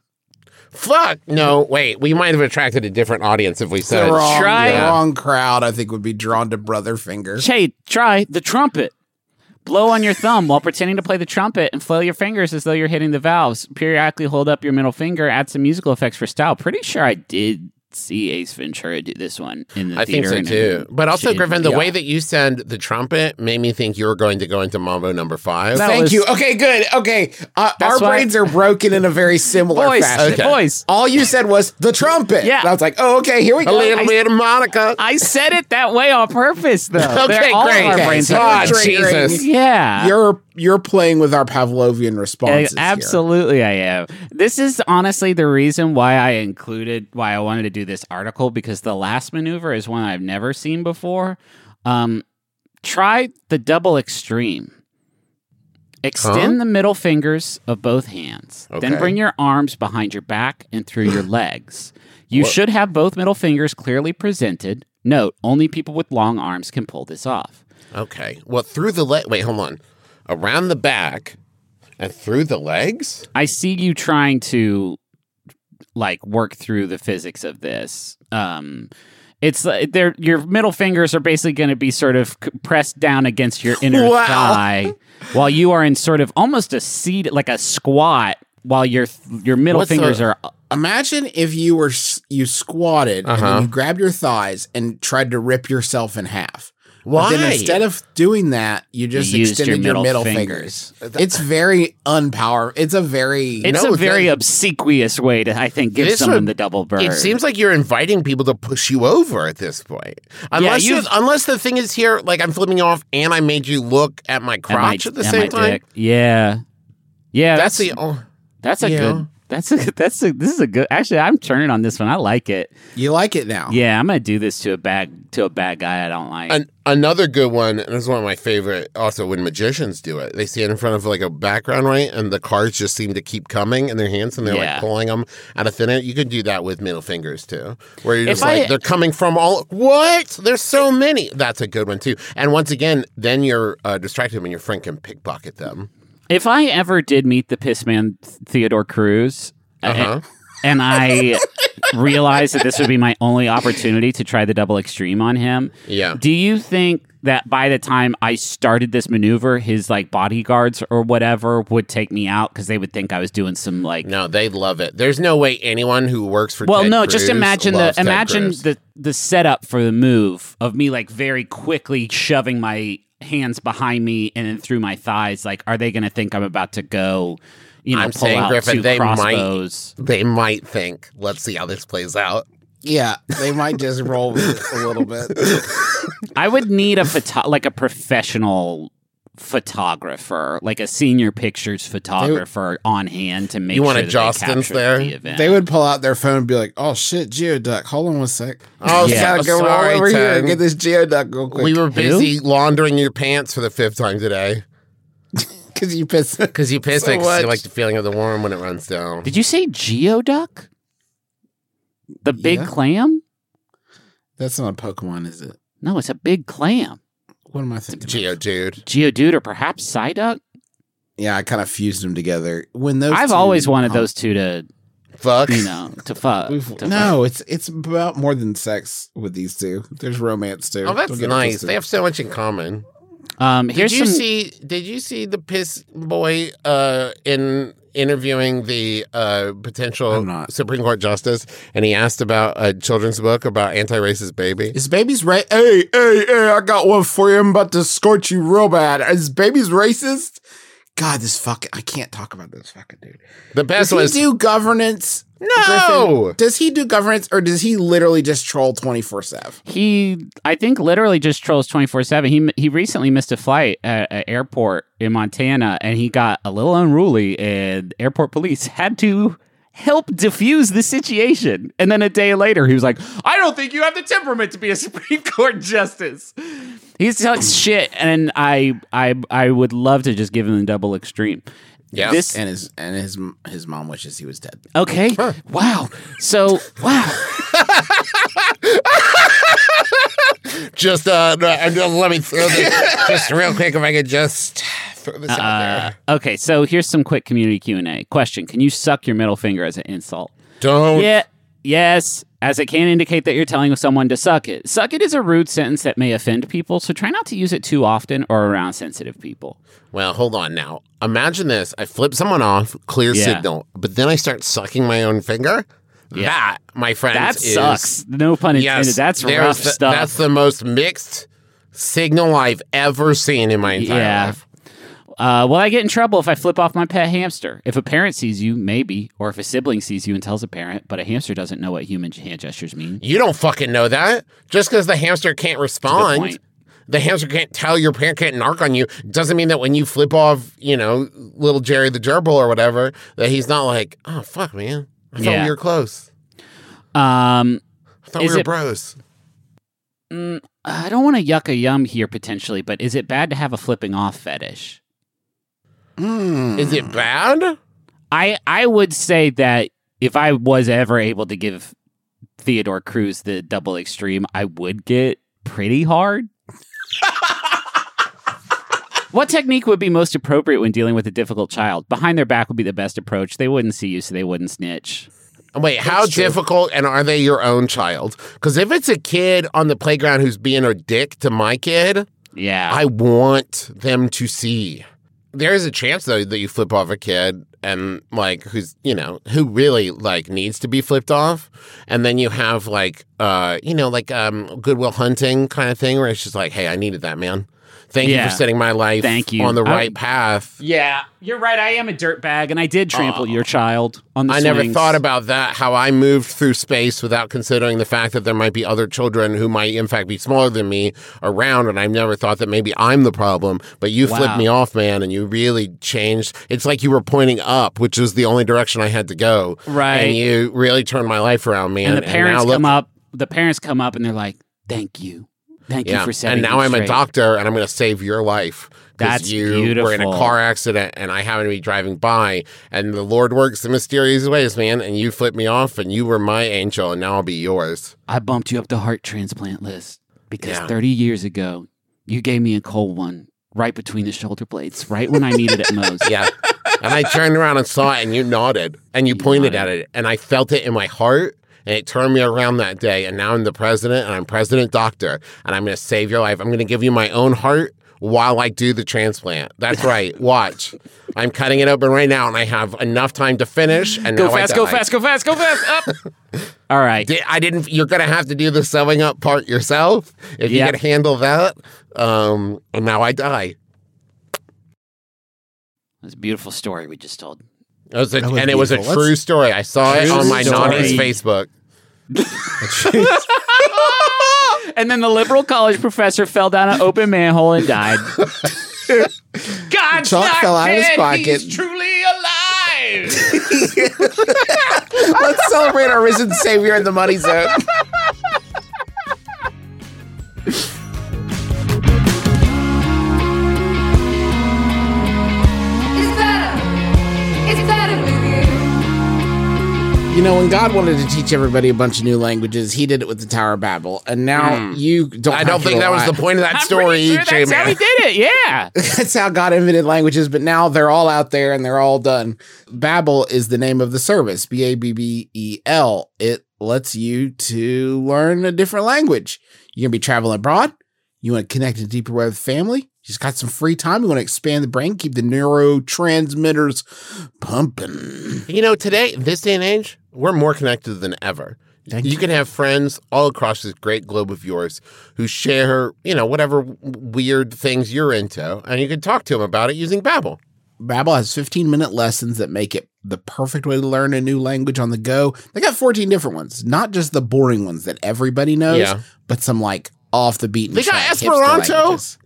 Fuck. No, wait. We might have attracted a different audience if we the said. wrong, try the it. wrong crowd, I think would be drawn to brother finger. Hey, try the trumpet. Blow on your thumb while pretending to play the trumpet and flail your fingers as though you're hitting the valves. Periodically hold up your middle finger. Add some musical effects for style. Pretty sure I did see Ace Ventura do this one in the I think theater. so and too. it- But also, shit, Griffin, the yeah. way that you said the trumpet made me think you were going to go into Mambo number five. That Thank was- you. Okay, good. Okay, uh, our why- brains are broken in a very similar Boys, fashion. Okay. boys. All you said was the trumpet. Yeah. And I was like, oh, okay, here we a go. little bit of Monica. I said it that way on purpose, though. okay, They're all great. Our Okay, brains so are- God, you're triggering- Jesus. yeah. You're you're playing with our Pavlovian Uh, responses. here. absolutely, I am. This is honestly the reason why I included, why I wanted to do this article because the last maneuver is one I've never seen before. Um, try the double extreme. Extend Huh? the middle fingers of both hands. Okay. Then bring your arms behind your back and through your legs. You should have both middle fingers clearly presented. Note, only people with long arms can pull this off. Okay. Well, through the leg. Wait, hold on. Around the back and through the legs. I see you trying to like work through the physics of this. Um it's uh, they're, your middle fingers are basically going to be sort of c- pressed down against your inner Wow. thigh while you are in sort of almost a seat like a squat while your th- your middle What's the- fingers are Imagine if you were s- you squatted and Uh-huh. then you grabbed your thighs and tried to rip yourself in half. Why? But then instead of doing that, you just You used extended your your middle, middle fingers. It's very unpower. It's a very It's No, a very that- obsequious way to, I think, give This someone would- the double bird. It seems like you're inviting people to push you over at this point. Unless you've- the- unless the thing is here, like I'm flipping you off and I made you look at my At my- crotch at, the at my same time. dick. Yeah, yeah. That's That's the oh, that's a yeah. good. That's a that's a this is a good. Actually, I'm turning on this one. I like it. you like it now. Yeah, I'm gonna do this to a bad to a bad guy I don't like. an, another good one, and this is one of my favorite also when magicians do it. They stand in front of like a background light and the cards just seem to keep coming in their hands and they're Yeah. like pulling them out of thin air. You could do that with middle fingers too. Where you're If just like I- they're coming from all what? There's so many. That's a good one too. And once again, then you're uh, distracted when your friend can pickpocket them. if I ever did meet the piss man Theodore Cruz, a- Uh-huh. and I realized that this would be my only opportunity to try the double extreme on him, Yeah. do you think that by the time I started this maneuver, his like bodyguards or whatever would take me out because they would think I was doing some like No, they love it. There's no way anyone who works for Well, Ted no, just Cruz imagine the loves Ted imagine Cruz. the the setup for the move of me like very quickly shoving my hands behind me and then through my thighs. Like, are they going to think I'm about to go? You know, I'm pull saying, out Griffin, two they might. crossbows. they might think, let's see how this plays out. Yeah, they might just roll with it a little bit. I would need a photo- like a professional photographer, like a senior pictures photographer on hand to make You sure want a that they Jostens captured there? The event. They would pull out their phone and be like, "Oh shit, geoduck! Hold on one sec. Oh, Just yeah. gotta go Sorry, all over here Ted. and get this geoduck real quick We were busy laundering your pants for the fifth time today because you pissed." because you piss So it 'cause much. you like the feeling of the warm when it runs down. Did you say geoduck? The big Yeah. clam? That's not a Pokemon, is it? No, it's a big clam. What am I thinking? of? Geo oh, dude. Geodude or perhaps Psyduck. Yeah, I kind of fused them together. When those, I've two- always wanted Oh. those two to, Fuck. you know, to fuck. We've- to fuck. no, it's it's about more than sex with these two. There's romance too. Oh, that's Don't get it nice. twisted. They have so much in common. Um, here's did you some. see? Did you see the piss boy uh, in interviewing the uh, I'm potential not. Supreme Court justice, and he asked about a children's book about anti-racist baby? Is baby's right? Hey, hey, hey! I got one for you. I'm about to scorch you real bad. Is baby's racist? God, this fucking I can't talk about this fucking dude. The best Does was he do governance? No! Griffin? does he do governance or does he literally just troll twenty four seven? He, I think, literally just trolls twenty four seven. He he recently missed a flight at an airport in Montana, and he got a little unruly, and airport police had to help defuse the situation. And then a day later, he was like, "I don't think you have the temperament to be a Supreme Court justice." He's talks shit, and I I I would love to just give him the double extreme. Yes. This And his and his his mom wishes he was dead. Okay. Wow. So wow. just uh, no, I'm just- let me throw this just real quick if I could just throw this out Uh, there. okay. So here's some quick community Q and A question. Can you suck your middle finger as an insult? Don't Yeah. Yes. As it can indicate that you're telling someone to suck it. Suck it is a rude sentence that may offend people, so try not to use it too often or around sensitive people. Well, hold on now. Imagine this. I flip someone off, clear Yeah. signal, but then I start sucking my own finger. That, my friends, That is- sucks. No pun intended. Yes, that's there's rough the- stuff. That's the most mixed signal I've ever seen in my entire Yeah. life. Uh, will I get in trouble if I flip off my pet hamster? If a parent sees you, maybe, or if a sibling sees you and tells a parent, but a hamster doesn't know what human hand gestures mean. You don't fucking know that. Just because the hamster can't respond, point. the hamster can't tell your parent can't narc on you, doesn't mean that when you flip off, you know, little Jerry the gerbil or whatever, that he's not like, oh, fuck, man. I thought Yeah. we were close. Um, I thought Is we were it- bros. Mm, I don't want to yuck a yum here potentially, but is it bad to have a flipping off fetish? Hmm. Is it bad? I I would say that if I was ever able to give Theodore Cruz the double extreme, I would get pretty hard. what technique would be most appropriate when dealing with a difficult child? Behind their back would be the best approach. They wouldn't see you, so they wouldn't snitch. Wait, how difficult and are they your own child? Because if it's a kid on the playground who's being a dick to my kid, Yeah. I want them to see. there is a chance though that you flip off a kid and like who's you know who really like needs to be flipped off and then you have like uh you know like um goodwill hunting kind of thing where it's just like hey i needed that man thank Yeah. you for setting my life Thank you. on the I- right path Yeah, you're right. I am a dirtbag, and I did trample your child on the I never swings. thought about that, how I moved through space without considering the fact that there might be other children who might, in fact, be smaller than me around. And I've never thought that maybe I'm the problem, but you Wow. flipped me off, man, and you really changed. It's like you were pointing up, which is the only direction I had to go. Right. And you really turned my life around, man. And the parents now look- come up. The parents come up, and they're like, "Thank you, thank you Yeah. for setting." And now me I'm a straight." doctor and I'm going to save your life. 'Cause That's you were in a beautiful. car accident and I happen to be driving by and the Lord works in mysterious ways, man. And you flipped me off and you were my angel and now I'll be yours. I bumped you up the heart transplant list because Yeah. 30 years ago, you gave me a cold one right between the shoulder blades, right when I needed it most. Yeah. and I turned around and saw it and you nodded and you, pointed at it and I felt it in my heart. And it turned me around that day. And now I'm the president and I'm president doctor. And I'm going to save your life. I'm going to give you my own heart while I do the transplant. That's right. Watch. I'm cutting it open right now and I have enough time to finish. And Go now I fast, go die. fast, go fast, go fast. Up. All right. Di- I didn't. You're gonna have to do the sewing up part yourself if Yeah. you can handle that. Um, and now I die. That's a beautiful story we just told. It was a, That was and it was a beautiful. true Let's- story. I saw it True on my story. nanny's Facebook. And then the liberal college professor fell down an open manhole and died. God's Chalk not fell out of his dead, pocket. He's truly alive. Let's celebrate our risen savior in the money zone. It's better. It's better with you. You know, when God wanted to teach everybody a bunch of new languages, he did it with the Tower of Babel. And now you don't Hmm. I have don't to think that was rely- the point of that I'm story, pretty sure that's Jamie. how he did it. Yeah. That's how God invented languages, but now they're all out there and they're all done. Babel is the name of the service, B A B B E L. It lets you to learn a different language. You're going to be traveling abroad. You want to connect in a deeper way with family. You just got some free time. You want to expand the brain, keep the neurotransmitters pumping. You know, today, this day and age, we're more connected than ever. you, can have friends all across this great globe of yours who share, you know, whatever w- weird things you're into, and you can talk to them about it using Babbel. Babbel has 15 minute lessons that make it the perfect way to learn a new language on the go. They got 14 different ones, not just the boring ones that everybody knows, Yeah. but some like off the beaten. They got track hipster Esperanto? languages.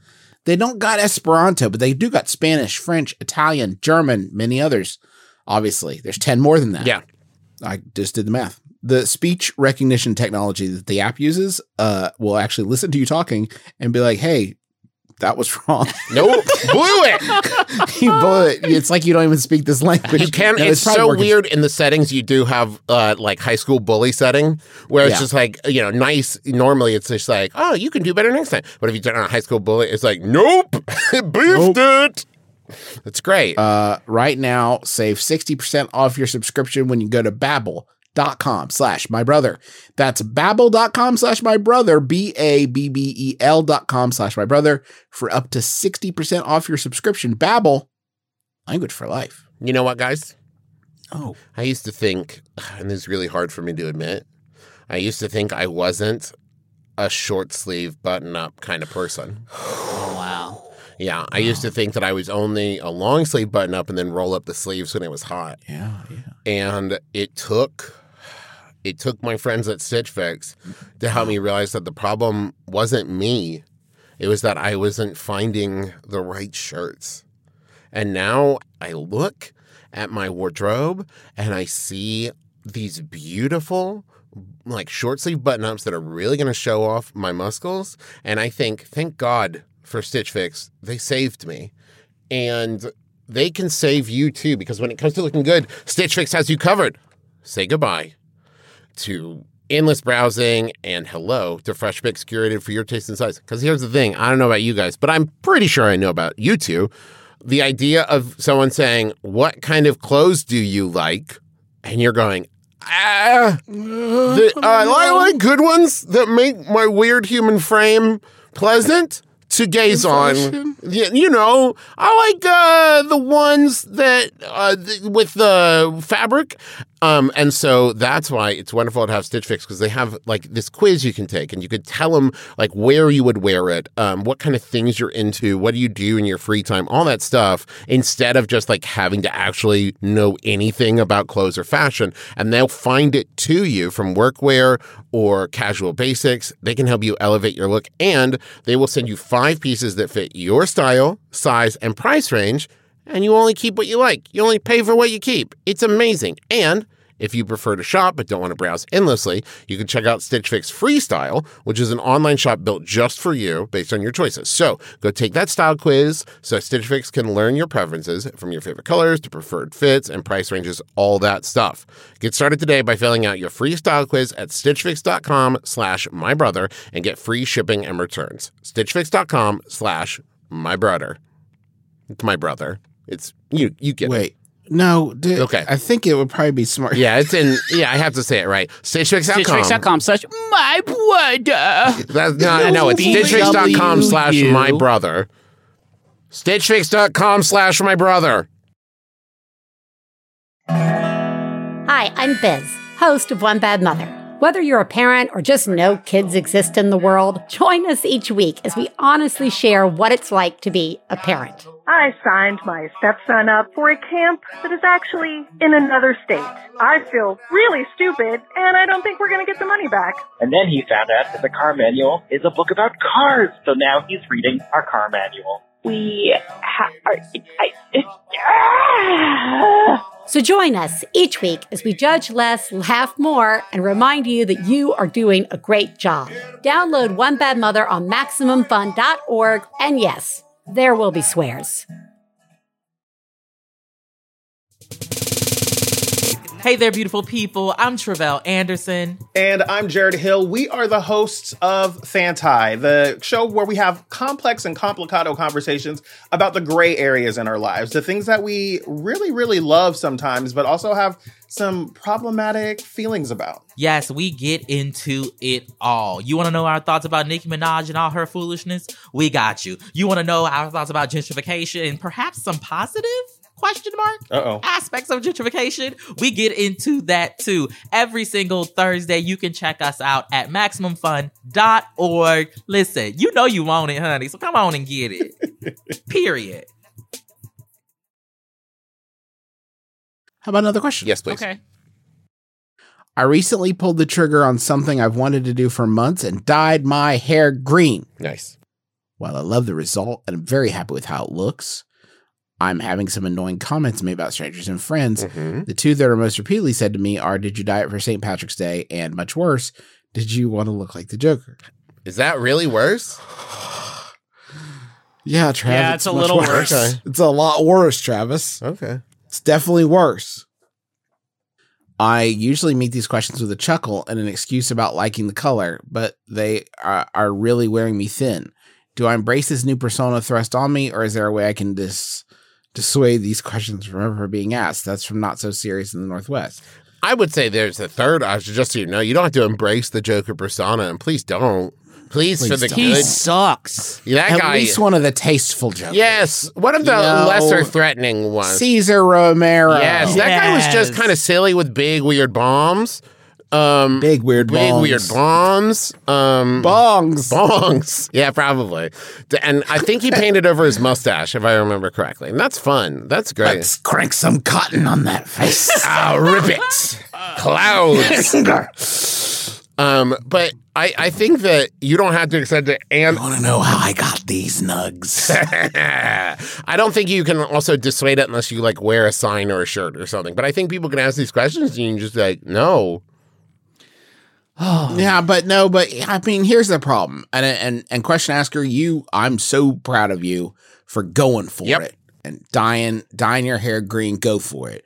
They don't got Esperanto, but they do got Spanish, French, Italian, German, many others. Obviously, there's 10 more than that. I just did the math. The speech recognition technology that the app uses uh, will actually listen to you talking and be like, hey, that was wrong. Nope. Blew it. you blew it. It's like you don't even speak this language. You can. No, it's probably so working. weird in the settings you do have, uh, like high school bully setting, where it's Yeah. just like you know, nice. Normally, it's just like, oh, you can do better next time. But if you turn on a high school bully, it's like, nope, beefed it. That's great. Uh, right now, save 60% off your subscription when you go to babbel.com slash my brother. That's babbel.com slash my brother, B-A-B-B-E-L E dot com slash my brother for up to 60% off your subscription. Babbel, language for life. you know what, guys? Oh. I used to think, and this is really hard for me to admit. I used to think I wasn't a short sleeve button up kind of person. Oh, wow. Yeah, I used to think that I was only a long sleeve button up and then roll up the sleeves when it was hot. Yeah, yeah. and it took it took my friends at Stitch Fix to help me realize that the problem wasn't me. It was that I wasn't finding the right shirts. And now I look at my wardrobe and I see these beautiful like short sleeve button ups that are really going to show off my muscles and I think thank God for Stitch Fix. They saved me. And they can save you too because when it comes to looking good, Stitch Fix has you covered. Say goodbye to endless browsing and hello to fresh picks curated for your taste and size. Because here's the thing I don't know about you guys, but I'm pretty sure I know about you two. The idea of someone saying, What kind of clothes do you like? And you're going, Ah, uh, the, I like good ones that make my weird human frame pleasant to gaze on. Information? Yeah, you know, I like uh, the ones that uh, th- with the fabric. Um, and so that's why it's wonderful to have Stitch Fix because they have like this quiz you can take and you could tell them like where you would wear it, um, what kind of things you're into, what do you do in your free time, all that stuff, instead of just like having to actually know anything about clothes or fashion. And they'll find it to you from workwear or casual basics. They can help you elevate your look and they will send you five pieces that fit your style, size, and price range. And you only keep what you like. You only pay for what you keep. It's amazing. And if you prefer to shop but don't want to browse endlessly, you can check out Stitch Fix Freestyle, which is an online shop built just for you based on your choices. So go take that style quiz so Stitch Fix can learn your preferences from your favorite colors to preferred fits and price ranges, all that stuff. Get started today by filling out your freestyle quiz at stitchfix.com slash my brother and get free shipping and returns. Stitchfix.com slash my brother. It's my brother. It's you you get it. Wait. No, dude, Okay. I think it would probably be smart. Yeah, it's in. Yeah, I have to say it right. StitchFix.com. Stitchfix.com slash my brother. That's no, no, it's StitchFix.com slash my brother. StitchFix.com slash my brother. Hi, I'm Biz, host of One Bad Mother. Whether you're a parent or just know kids exist in the world, join us each week as we honestly share what it's like to be a parent. I signed my stepson up for a camp that is actually in another state. I feel really stupid, and I don't think we're gonna get the money back. And then he found out that the car manual is a book about cars. So now he's reading our car manual. We ha- are. I, Ah! So join us each week as we judge less, laugh more, and remind you that you are doing a great job. Download One Bad Mother on MaximumFun.org, and yes, there will be swears. Hey there, beautiful people. I'm Travelle Anderson. And I'm Jared Hill. We are the hosts of Fanti, the show where we have complex and complicado conversations about the gray areas in our lives, the things that we really, really love sometimes, but also have some problematic feelings about. Yes, we get into it all. You want to know our thoughts about Nicki Minaj and all her foolishness? We got you. You want to know our thoughts about gentrification and perhaps some positive? Question mark? Uh oh. aspects of gentrification. We get into that too. Every single Thursday, you can check us out at MaximumFun.org. Listen, you know you want it, honey, so come on and get it. Period. How about another question? Yes, please. I recently pulled the trigger on something I've wanted to do for months and dyed my hair green. Nice. While I love the result and I'm very happy with how it looks, I'm having some annoying comments made about strangers and friends. Mhm. The two that are most repeatedly said to me are Did you dye it for St. Patrick's Day? And much worse, Did you want to look like the Joker? Is that really worse? Yeah, Travis. Yeah, it's a much little worse. Okay. It's a lot worse, Travis. Okay. It's definitely worse. I usually meet these questions with a chuckle and an excuse about liking the color, but they are, are really wearing me thin. Do I embrace this new persona thrust on me, or is there a way I can dis- dissuade these questions from ever being asked? That's from Not So Serious in the Northwest. I would say there's a third option, just so you know. You don't have to embrace the Joker persona, and please don't. Please, for Please the don't. He good. sucks. Yeah, that At guy. least one of the tasteful jokes. yes. One of the You know, lesser threatening ones. Caesar Romero. Yes, that guy was just Yes. kind of silly with big weird bombs. Um, Big weird big bongs. weird bombs. Um, Bongs. bongs. Yeah, probably. D- And I think he painted over his mustache, if I remember correctly. And that's fun. That's great. Let's crank some cotton on that face. I'll rip it. Clouds. um, but I, I think that you don't have to accept it. And Want to know how I got these nugs? I don't think you can also dissuade it unless you like wear a sign or a shirt or something. But I think people can ask these questions and you can just be like, no. yeah, but no, but I mean, here's the problem. And and and question asker, you, I'm so proud of you for going for Yep. it and dyeing dyeing your hair green. Go for it.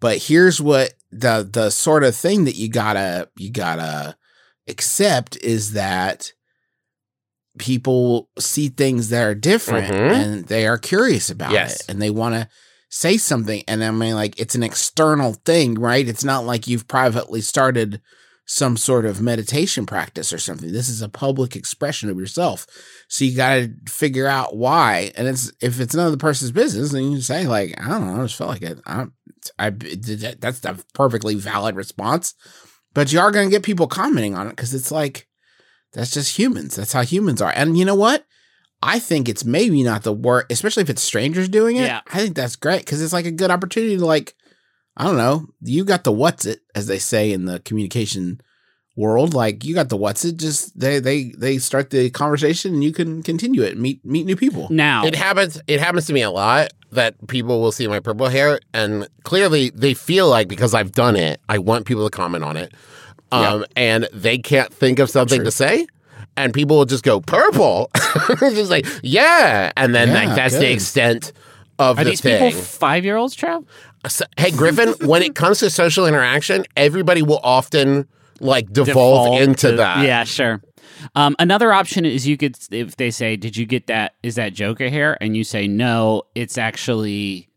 But here's what the the sort of thing that you gotta you gotta accept is that people see things that are different Mhm. and they are curious about Yes. it and they want to say something and i mean like it's an external thing right it's not like you've privately started some sort of meditation practice or something. This is a public expression of yourself. So you got to figure out why. And it's if it's none of the person's business, then you say like, I don't know, I just felt like it. I, I that's a perfectly valid response. But you are going to get people commenting on it because it's like that's just humans. That's how humans are. And you know what? I think it's maybe not the worst, especially if it's strangers doing it. Yeah. I think that's great because it's like a good opportunity to like, I don't know, you got the what's it, as they say in the communication world. Like you got the what's it, just they they they start the conversation and you can continue it, meet meet new people. Now, It happens. It happens to me a lot that people will see my purple hair, and clearly they feel like because I've done it, I want people to comment on it, um, and they can't think of something True. to say. And people will just go purple, just like yeah, and then Yeah, like that's good. the extent of are the these thing. people five year olds, Trav? So- hey Griffin, when it comes to social interaction, everybody will often like devolve Default into to- that. Yeah, sure. Um, another option is you could if they say, "Did you get that? Is that Joker hair?" and you say, "No, it's actually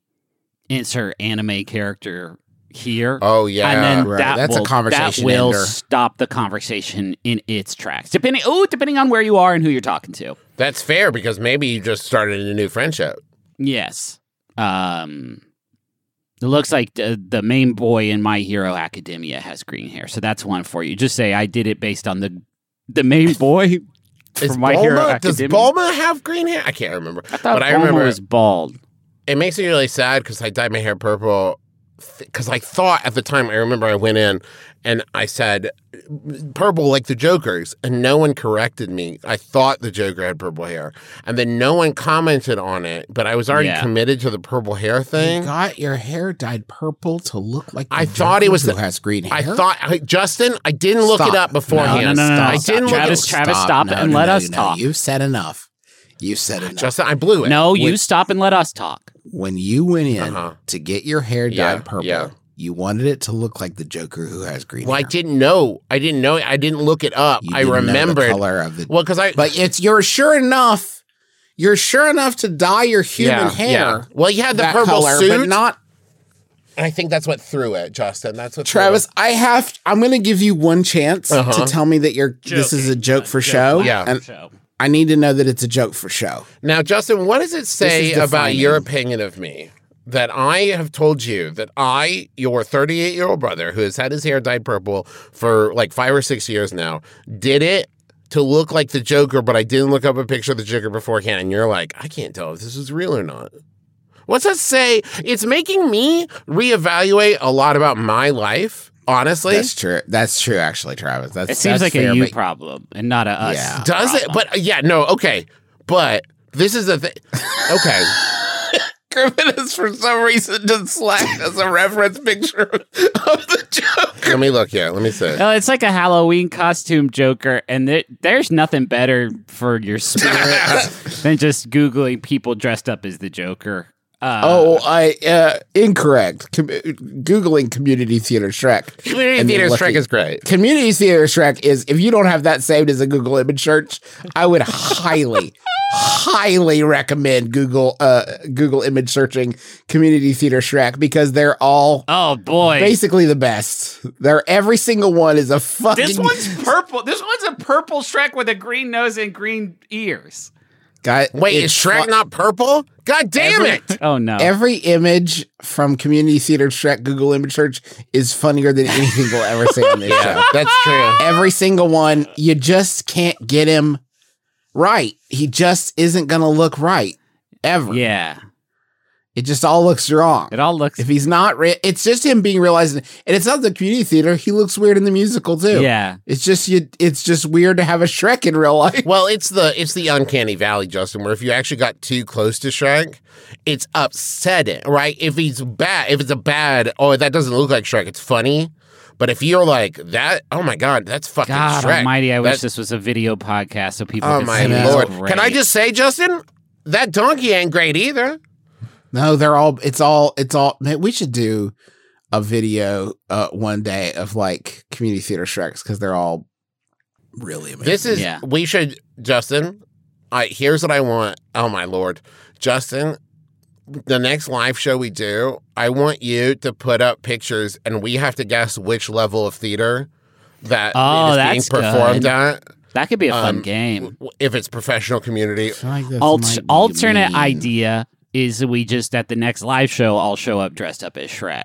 insert anime character here." Oh yeah. and then right. that That's a will, conversation that will ender. stop the conversation in its tracks. Depending, oh, depending on where you are and who you're talking to. That's fair because maybe you just started a new friendship. Yes. Um, it looks like the, the main boy in My Hero Academia has green hair, so that's one for you. Just say I did it based on the the main boy Is from My Hero Bulma, does Academia. Bulma have green hair? I can't remember. I thought but I Bulma remember was bald. it makes me really sad because I dyed my hair purple. Because I thought at the time, I remember I went in and I said purple like the Joker's, and no one corrected me. I thought the Joker had purple hair, and then no one commented on it. But I was already Yeah. committed to the purple hair You thing. got your hair dyed purple to look like I the thought it Joker was who the- has green hair. I thought, I, Justin, I didn't look Stop. it up No, beforehand. no, no, no, I no. didn't look Travis, it Travis, stop No, and no, let no, us no. talk. You've said enough. You've said enough. Justin, I blew it. no, Wait, you stop and let us talk. when you went in Uh-huh. to get your hair dyed Yeah, purple, yeah. you wanted it to look like the Joker who has green Well, I hair. didn't know. I didn't know. I didn't look it up. You I didn't know the remembered. color of the. Well, because I. but it's you're sure enough. You're sure enough to dye your human yeah, hair. yeah. Well, you had the that purple color, suit. but not I think that's what threw it, Justin. That's what threw Travis. it. I have. I'm going to give you one chance Uh-huh. to tell me that you're. This is a joke for show. Yeah. and I need to know that it's a joke for show. Now, Justin, what does it say is about defining. your opinion of me? That I have told you that I, your 38 year old brother, who has had his hair dyed purple for like five or six years now, did it to look like the Joker, but I didn't look up a picture of the Joker beforehand. And you're like, I can't tell if this is real or not. What's that say? It's making me reevaluate a lot about my life, honestly. That's true. That's true. Actually, Travis. That's It seems that's like fair, a you but- problem and not a us. Yeah. Does it? problem. But uh, yeah, no, okay. But this is the thing. Okay. Griffin has for some reason just slacked as a reference picture of the Joker. Let me look here. Let me see. Well, it's like a Halloween costume Joker, and there, there's nothing better for your spirit than just googling people dressed up as the Joker. Uh, Oh, I uh, incorrect. Com- Googling community theater Shrek. Community And then theater look strike at- is great. Community theater Shrek is if you don't have that saved as a Google image search, I would highly, highly recommend Google uh, Google image searching community theater Shrek because they're all oh boy! basically the best. They're every single one is a fucking. This one's purple. This one's a purple Shrek with a green nose and green ears. guy. Wait, is it's Shrek fu- not purple? God damn it! Oh no! Every image from Community Theater Shrek Google Image Search is funnier than anything we'll ever say on this show. That's true. Every single one, you just can't get him right. He just isn't going to look right ever. yeah, It just all looks wrong. it all looks. If he's not, re- it's just him being realized, and it's not the community theater. He looks weird in the musical too. Yeah, it's just you. It's just weird to have a Shrek in real life. Well, it's the it's the uncanny valley, Justin, where if you actually got too close to Shrek, it's upsetting, right? If he's bad, if it's a bad, oh, that doesn't look like Shrek, it's funny. But if you're like that, oh my god, that's fucking God Shrek. Almighty! I wish That- this was a video podcast so people. Oh could my see this. lord! It's Can I great. just say, Justin, that donkey ain't great either. No, they're all. It's all. It's all. Man, we should do a video uh, one day of like community theater Shreks because they're all really amazing. This is Yeah. we should Justin. I here's what I want. Oh my lord, Justin. The next live show we do, I want you to put up pictures, and we have to guess which level of theater that Oh, it is that's being performed good. at. That could be a fun Um, game. If it's professional community, Alt- alternate idea is we just at the next live show, I'll show up dressed up as Shrek.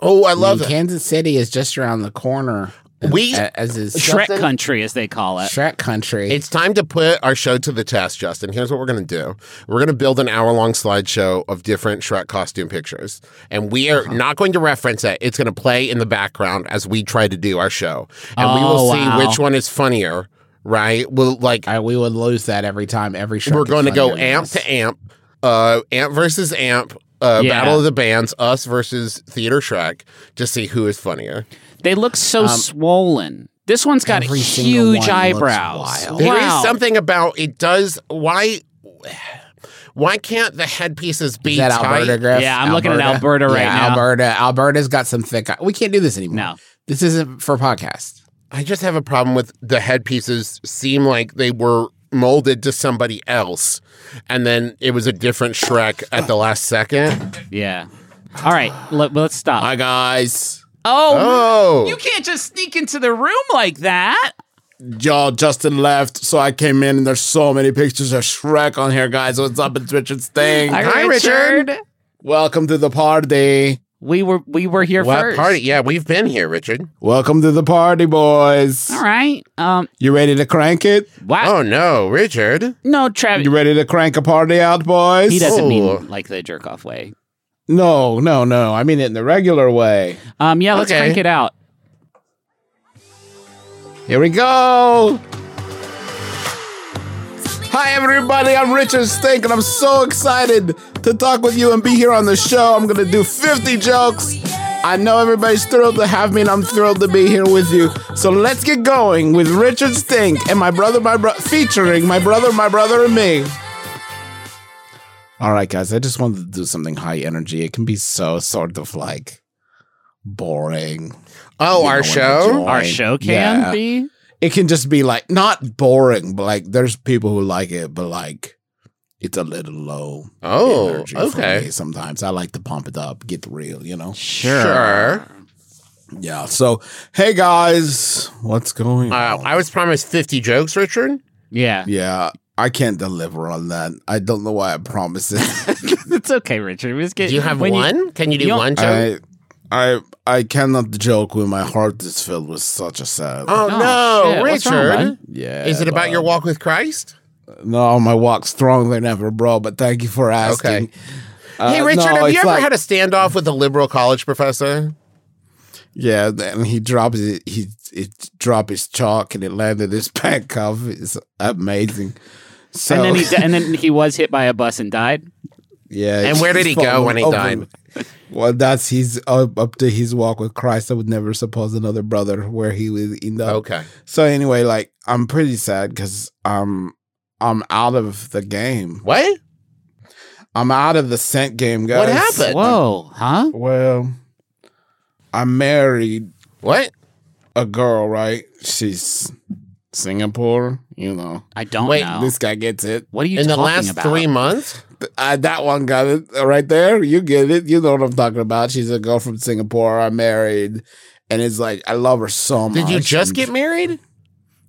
Oh, I love mean, it. Kansas City is just around the corner. We- a- as is Shrek country, as they call it. Shrek country. It's time to put our show to the test, Justin. Here's what we're going to do. We're going to build an hour-long slideshow of different Shrek costume pictures, and we Uh-huh. are not going to reference it. It's going to play in the background as we try to do our show, and we will Oh, see wow. which one is funnier. Right? We'll like I- we would lose that every time. Every Shrek we're is going to go funnier than amp this. to amp, uh, amp versus amp, uh, Yeah. battle of the bands, us versus theater Shrek, to see who is funnier. They look so Um, swollen. This one's got every single huge one looks eyebrows. There is Wow. something about it does why why can't the headpieces be Is that tight? Alberta, Griff? Yeah, Alberta, Alberta's got some thick. We can't do this anymore. No, this isn't for podcast. I just have a problem with the headpieces seem like they were molded to somebody else and then it was a different Shrek at the last second. Yeah. All right, let, let's stop. Hi guys. Oh, Oh. you can't just sneak into the room like that. Y'all, Justin left, so I came in, and there's so many pictures of Shrek on here, guys. What's up? It's Richard Sting. Welcome to the party. We were we were here What first. party? Yeah, we've been here, Richard. Welcome to the party, boys. All right. Um. You ready to crank it? Oh no, Richard. No, Travis. You ready to crank a party out, boys? He doesn't Oh. mean like the jerk off way. No, no, no. I mean it in the regular way. Um. Yeah. Let's Okay. crank it out. Here we go. Hi, everybody. I'm Richard Stink, and I'm so excited to talk with you and be here on the show. I'm going to do 50 jokes. I know everybody's thrilled to have me, and I'm thrilled to be here with you. So let's get going with Richard Stink and my brother, my brother, featuring my brother, my brother, and me. All right, guys. I just wanted to do something high energy. It can be so sort of like boring. Oh, You our know, when show? you join. Our show can be? It can just be like not boring, but like there's people who like it, but like it's a little low. Oh, energy okay. For me sometimes I like to pump it up, get real, you know. Sure. Yeah. So, hey guys, what's going on? Uh, I was promised 50 jokes, Richard. Yeah. Yeah. I can't deliver on that. I don't know why I promised it. it's okay, Richard. We just get, Do you have when one? Can you do don't- one I, joke? I I cannot joke when my heart is filled with such a sad. Oh, Oh, no, shit. What's wrong, Richard. bud? Yeah, Is it about your Um, walk with Christ? No, my walk's stronger than ever, bro. But thank you for asking. Okay. Uh, hey, Richard, no, have it's you ever like- had a standoff with a liberal college professor? Yeah, and he drops it. He it dropped his chalk and it landed his back cuff. It's amazing. So and then he di- and then he was hit by a bus and died. yeah. and where did he he's go when he fallen over. Well, that's his up, up to his walk with Christ. I would never suppose another brother where he would end up. Okay. So anyway, like I'm pretty sad because um I'm out of the game. What? I'm out of the scent game, guys. What happened? Whoa, huh? Well, I married what a girl, right? She's Singapore, you know. I don't Wait, Oh. know. This guy gets it. What are you In the talking last about? three months? Uh, that one got it right there. You get it. You know what I'm talking about. She's a girl from Singapore. I married, and it's like I love her so much. Did you just And- get married?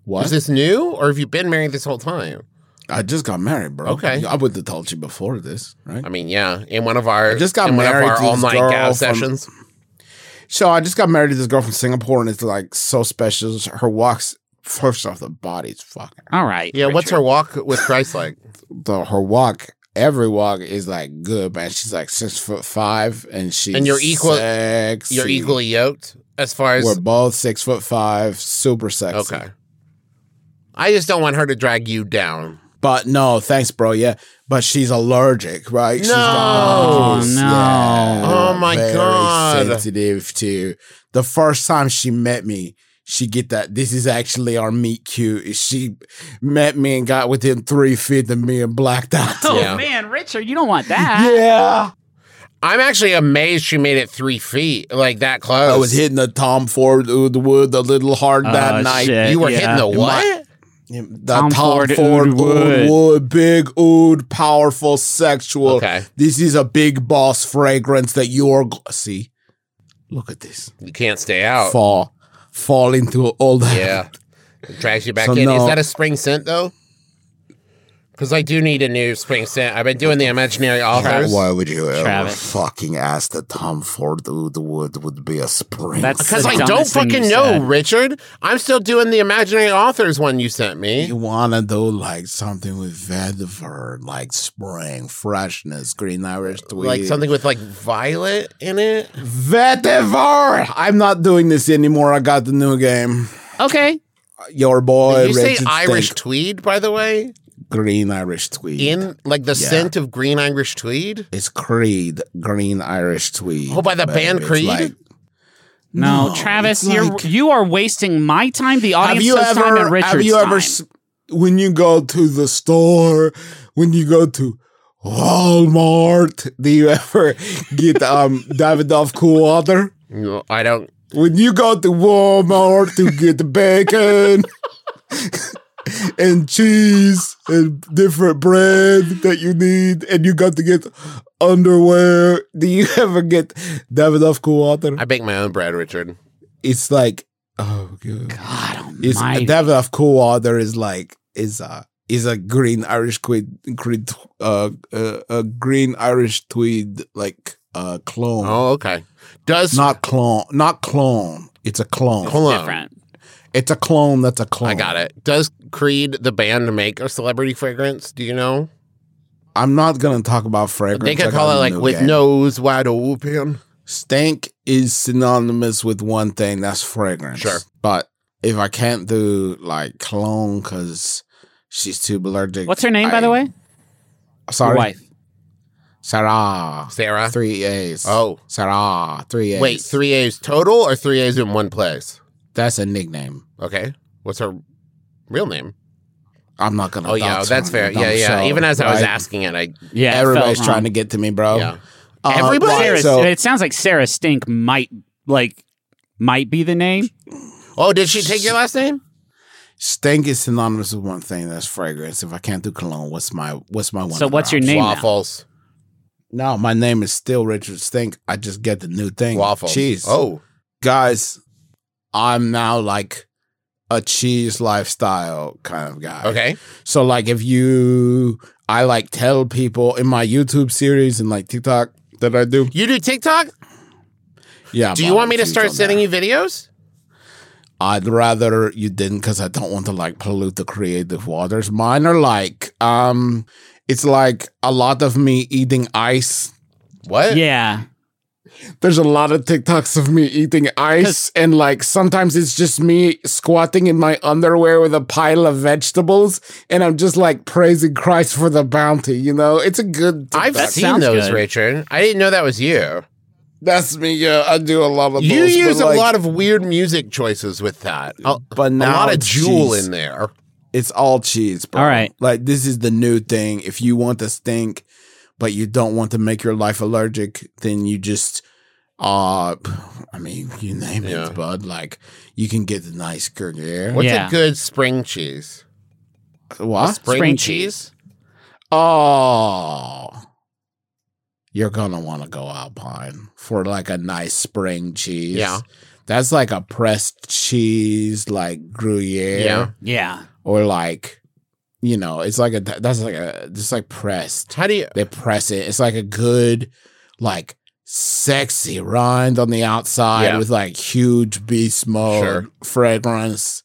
What? Is this new or have you been married this whole time? I just got married, bro. Okay. I would have told you before this, right? I mean, yeah, in one of our I just got in one of married our to this all-night girl gal from- sessions. So I just got married to this girl from Singapore, and it's like so special. Her walks, first off, the body's fucking. All right. Yeah, what's her walk with Christ like? The her walk, every walk is like good, man. She's like six foot five, and she's and you're equal Sexy. you're equally yoked as far as We're both six foot five, super sexy. Okay. I just don't want her to drag you down. But no, thanks, bro. Yeah, but she's allergic, right? She's No. got allergies. Oh, no. Yeah, Oh, my very God. Sensitive to the first time she met me, she get that. This is actually our meet cute. She met me and got within three feet of me and blacked out. Oh Yeah. man, Richard, you don't want that. Yeah. I'm actually amazed she made it three feet, like that close. I was hitting the Tom Ford with the wood a little hard Oh, that night. You were hitting the In my- what? The Tom Tom, Ford Ford, Oud Ford Wood. Oud Wood, big Oud, powerful, sexual. Okay. This is a big boss fragrance that you're. Go- See, look at this. You can't stay out. Fall. fall into all that. Oh. Yeah. It drags you back So in. Is now- that a spring scent though? Because I do need a new spring scent. I've been doing the imaginary authors. Why would you ever Travis. fucking ask that Tom Ford would would, would be a spring? because I don't fucking know, Richard. I'm still doing the imaginary authors one you sent me. You wanna do like something with vetiver, like spring, freshness, green Irish tweed, Like something with like violet in it. vetiver. I'm not doing this anymore. I got the new game. Okay. Your boy, Did you say Richard Irish Stink- tweed, by the way? green Irish tweed. In like the Yeah. scent of green Irish tweed? It's Creed, green Irish tweed. Oh, by the baby. band It's Creed? like- No, No, Travis, it's you're like- you are wasting my time, the audience's time, and Richard's have you time. ever s- when you go to the store when you go to Walmart do you ever get um Davidoff cool water No, I don't. when you go to Walmart to get the bacon and cheese and different bread that you need and you got to get underwear do you ever get Davidoff cool water I bake my own bread, Richard. it's like oh good God is almighty. Davidoff Cool Water is like is a is a green Irish tweed, creed, uh, uh, a green Irish tweed like uh clone. Oh, okay. Does not clone, not clone. It's a clone. Clone. different. It's a clone. That's a clone. I got it. Does Creed the band make a celebrity fragrance? Do you know? I'm not gonna talk about fragrance. They I got could call it a like new with game. nose wide open. Stank is synonymous with one thing that's fragrance. Sure. but if I can't do like clone because she's too allergic. What's her name, by the I- way? Your Sorry, wife. Sarah. Sarah. Three A's. Oh. Sarah. Three A's. Wait, three A's total or three A's in one place? That's a nickname. Okay. What's her real name? I'm not gonna. Oh, yeah, dox that's her. fair. I'm Yeah, yeah. sorry, Even as I was right? asking it, I Yeah, it felt everybody's wrong. trying to get to me, bro. yeah. Uh, Everybody? right, Sarah, so it sounds like Sarah Stink might like might be the name. Oh, did she take your last name? stink is synonymous with one thing. That's fragrance. If I can't do cologne, what's my what's my one? So what's your option? name now? Waffles. No, my name is still Richard Stink. I just get the new thing. Waffles. Cheese. Oh, guys, I'm now like a cheese lifestyle kind of guy. okay. So like if you I like tell people in my YouTube series and like TikTok that I do. You do TikTok? Yeah. Do you want me to start sending you videos? I'd rather you didn't because I don't want to like pollute the creative waters. Mine are like um it's like a lot of me eating ice. Eh. What? Yeah. There's a lot of TikToks of me eating ice and like sometimes it's just me squatting in my underwear with a pile of vegetables and I'm just like praising Christ for the bounty, you know? It's a good I've That seen sounds those, good. Richard. I didn't know that was you. That's me. Yeah, I do a lot of. You those, but, use a like, lot of weird music choices with that. A, But a now lot of it's jewel cheese. in there. It's all cheese, bro. All right. Like this is the new thing. If you want to stink, but you don't want to make your life allergic, then you just, uh, I mean, you name Yeah. it, bud. Like you can get the nice Gruyere. What's Yeah. a good spring cheese? What? Spring, Spring cheese? Oh. You're gonna want to go alpine for like a nice spring cheese. Yeah. That's like a pressed cheese, like Gruyere. Yeah. Yeah. or like you know it's like a that's like a just like pressed How do you? they press it it's like a good like sexy rind on the outside Yeah. with like huge beast mode Sure. fragrance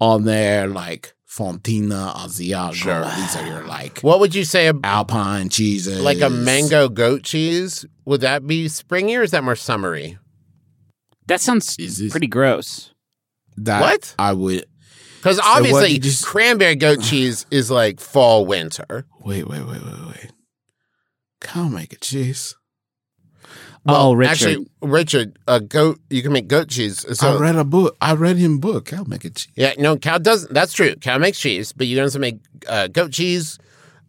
on there like fontina asiago Sure. these are your like What would you say? ab- alpine cheeses Like a mango goat cheese? Would that be springy or is that more summery? That sounds Is this- pretty gross. that What? i would Because what obviously, did you s- cranberry goat cheese is like fall winter. wait wait wait wait wait cow make a cheese oh, Richard. Actually, Richard, a goat you can make goat cheese. i So read a book i read him book cow make a cheese yeah, no, cow doesn't. That's true. Cow makes cheese, but you can also make uh, goat cheese.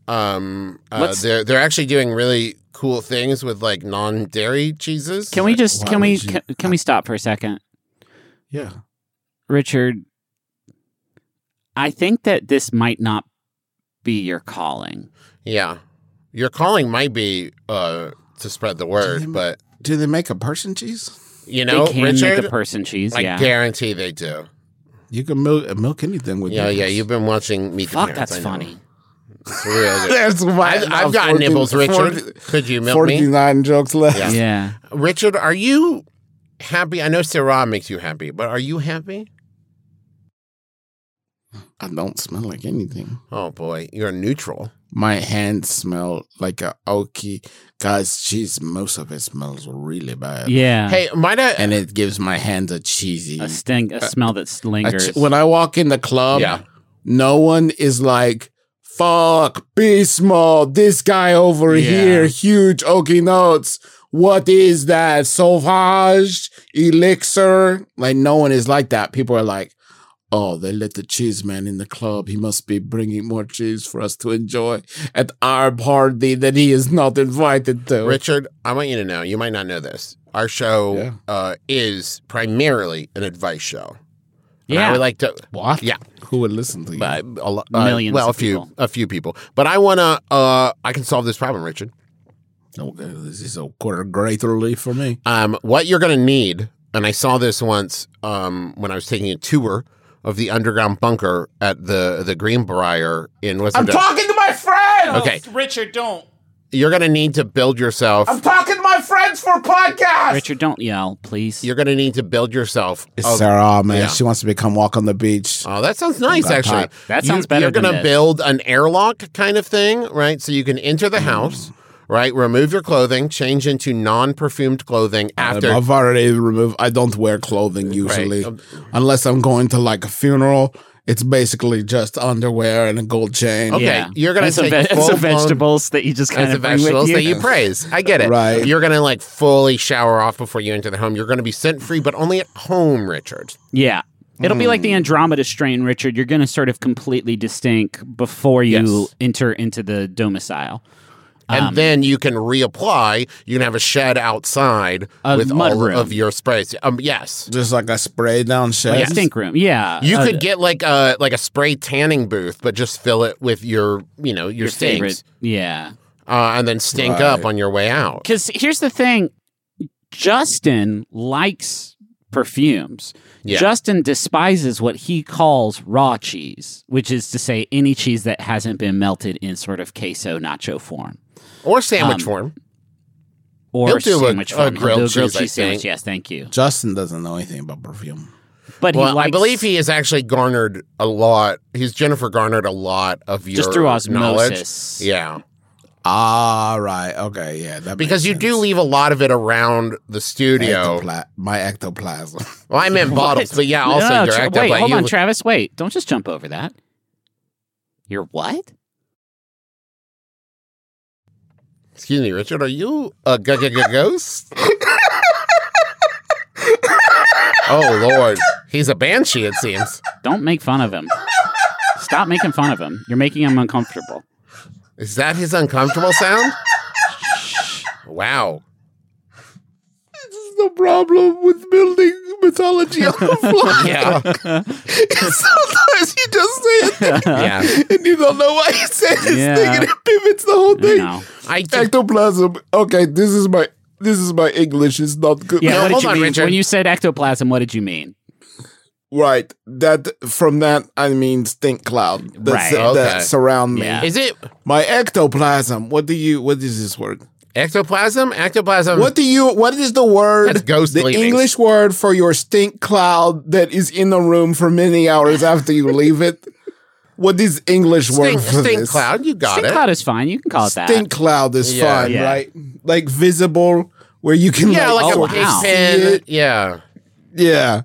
Um, uh, Let's- they're they're actually doing really cool things with like non dairy cheeses. can we just why can we would you- can, can we stop for a second, yeah Richard? I think that this might not be your calling. Yeah, your calling might be uh, to spread the word, but do they make a person cheese You know, they can Richard, make a person cheese. I yeah, guarantee they do. You can milk, milk anything with Yeah, nipples. yeah. You've been watching Meet Fuck, the Parents. that's I know. funny. It's real good. That's why I've, I've got nibbles, Richard. Could you milk me? 49 jokes left. Yeah. yeah. Richard, are you happy? I know Sarah makes you happy, but are you happy? I don't smell like anything. Oh boy, you're neutral. My hands smell like a oaky. Guys, cheese, most of it smells really bad. Yeah. Uh, Hey, might I? And it gives my hands a cheesy. a sting, Uh, a smell that a lingers. che- when I walk in the club, Yeah. no one is like, fuck, be small, this guy over Yeah. here, huge oaky notes. What is that? Sauvage, elixir. Like, no one is like that. People are like, oh, they let the cheese man in the club. He must be bringing more cheese for us to enjoy at our party that he is not invited to. Richard, I want you to know, you might not know this. Our show Yeah. uh, is primarily an advice show. And I Yeah. would like to. What? Yeah. Who would listen to you? but a lo- uh, Millions Well, of a few, people. a few people. But I wanna. Uh, I can solve this problem, Richard. Okay, this is a quarter great relief for me. Um, what you're gonna need, and I saw this once um, when I was taking a tour of the underground bunker at the the Greenbrier in West. I'm talking to my friends. Okay, Richard, don't. you're gonna need to build yourself. I'm talking to my friends for a podcast. Richard, don't yell, please. You're gonna need to build yourself. It's a- Sarah, man. Oh, yeah. She wants to become walk on the beach. Oh, that sounds nice, Got actually. time. That sounds better You're than gonna this. build an airlock kind of thing, right? So you can enter Mm. the house, right? Remove your clothing, change into non-perfumed clothing after. I've already removed. I don't wear clothing usually, Um, unless I'm going to like a funeral. It's basically just underwear and a gold chain. Okay, Yeah. you're gonna And some, take ve- and full-blown- some vegetables that you just kind As the of bring vegetables with you. that you praise, I get it. Right. You're gonna like fully shower off before you enter the home. You're gonna be scent free, but only at home, Richard. Yeah. It'll Hmm. be like the Andromeda strain, Richard. You're going to sort of completely distinct before you Yes. enter into the domicile. And Um, then you can reapply. You can have a shed outside A with mud all room. of your sprays. Um, yes. Just like a spray Oh, down Like shed. a stink room. Yeah. You Uh, could get like a like a spray tanning booth, but just fill it with your you know your, your stinks, favorite. Yeah. uh, and then stink Right. up on your way out. Because here's the thing Justin likes perfumes. Yeah. Justin despises what he calls raw cheese, which is to say any cheese that hasn't been melted in sort of queso nacho form. or sandwich Um, form. Or He'll do a- sandwich a form. He'll grilled do a grilled cheese, I cheese sandwich. think. Yes, thank you. Justin doesn't know anything about perfume. But he Well, likes, I believe he has actually garnered a lot. He's Jennifer garnered a lot of your just through knowledge. osmosis. Yeah, Ah, right. Okay, yeah. That because makes you do sense. leave a lot of it around the studio. Ectopla- my ectoplasm. Well, I meant bottles, but yeah, No, also no, your Tra- ectopla- wait, hold you- on, Travis. Wait, don't just jump over that. You're what? Excuse me, Richard. Are you a g- g- g- ghost? oh Lord, he's a banshee. It seems. Don't make fun of him. Stop making fun of him. You're making him uncomfortable. Is that his uncomfortable sound? wow. This is the problem with building mythology on the fly. Yeah. Sometimes you just say a thing Yeah. and you don't know why you said this Yeah. thing and it pivots the whole You thing. know. I just, Ectoplasm. Okay, this is my this is my English. It's not good. Yeah, No, what did hold you on, mean? Richard. When you said ectoplasm, what did you mean? Right. That from that I mean stink cloud that, Right. that Okay. surround me. Yeah. is it My ectoplasm. What do you? What is this word? ectoplasm? Ectoplasm. What do you? What is the word? That's ghost the leavings. English word for your stink cloud that is in the room for many hours after you leave it. What is English Stink, word for stink this? cloud. You got Stink it. cloud is fine. You can call it that. Stink cloud is Yeah. fine, Yeah. right? Like visible, where you can Yeah, like Oh, a pig wow. pen. Yeah. Yeah.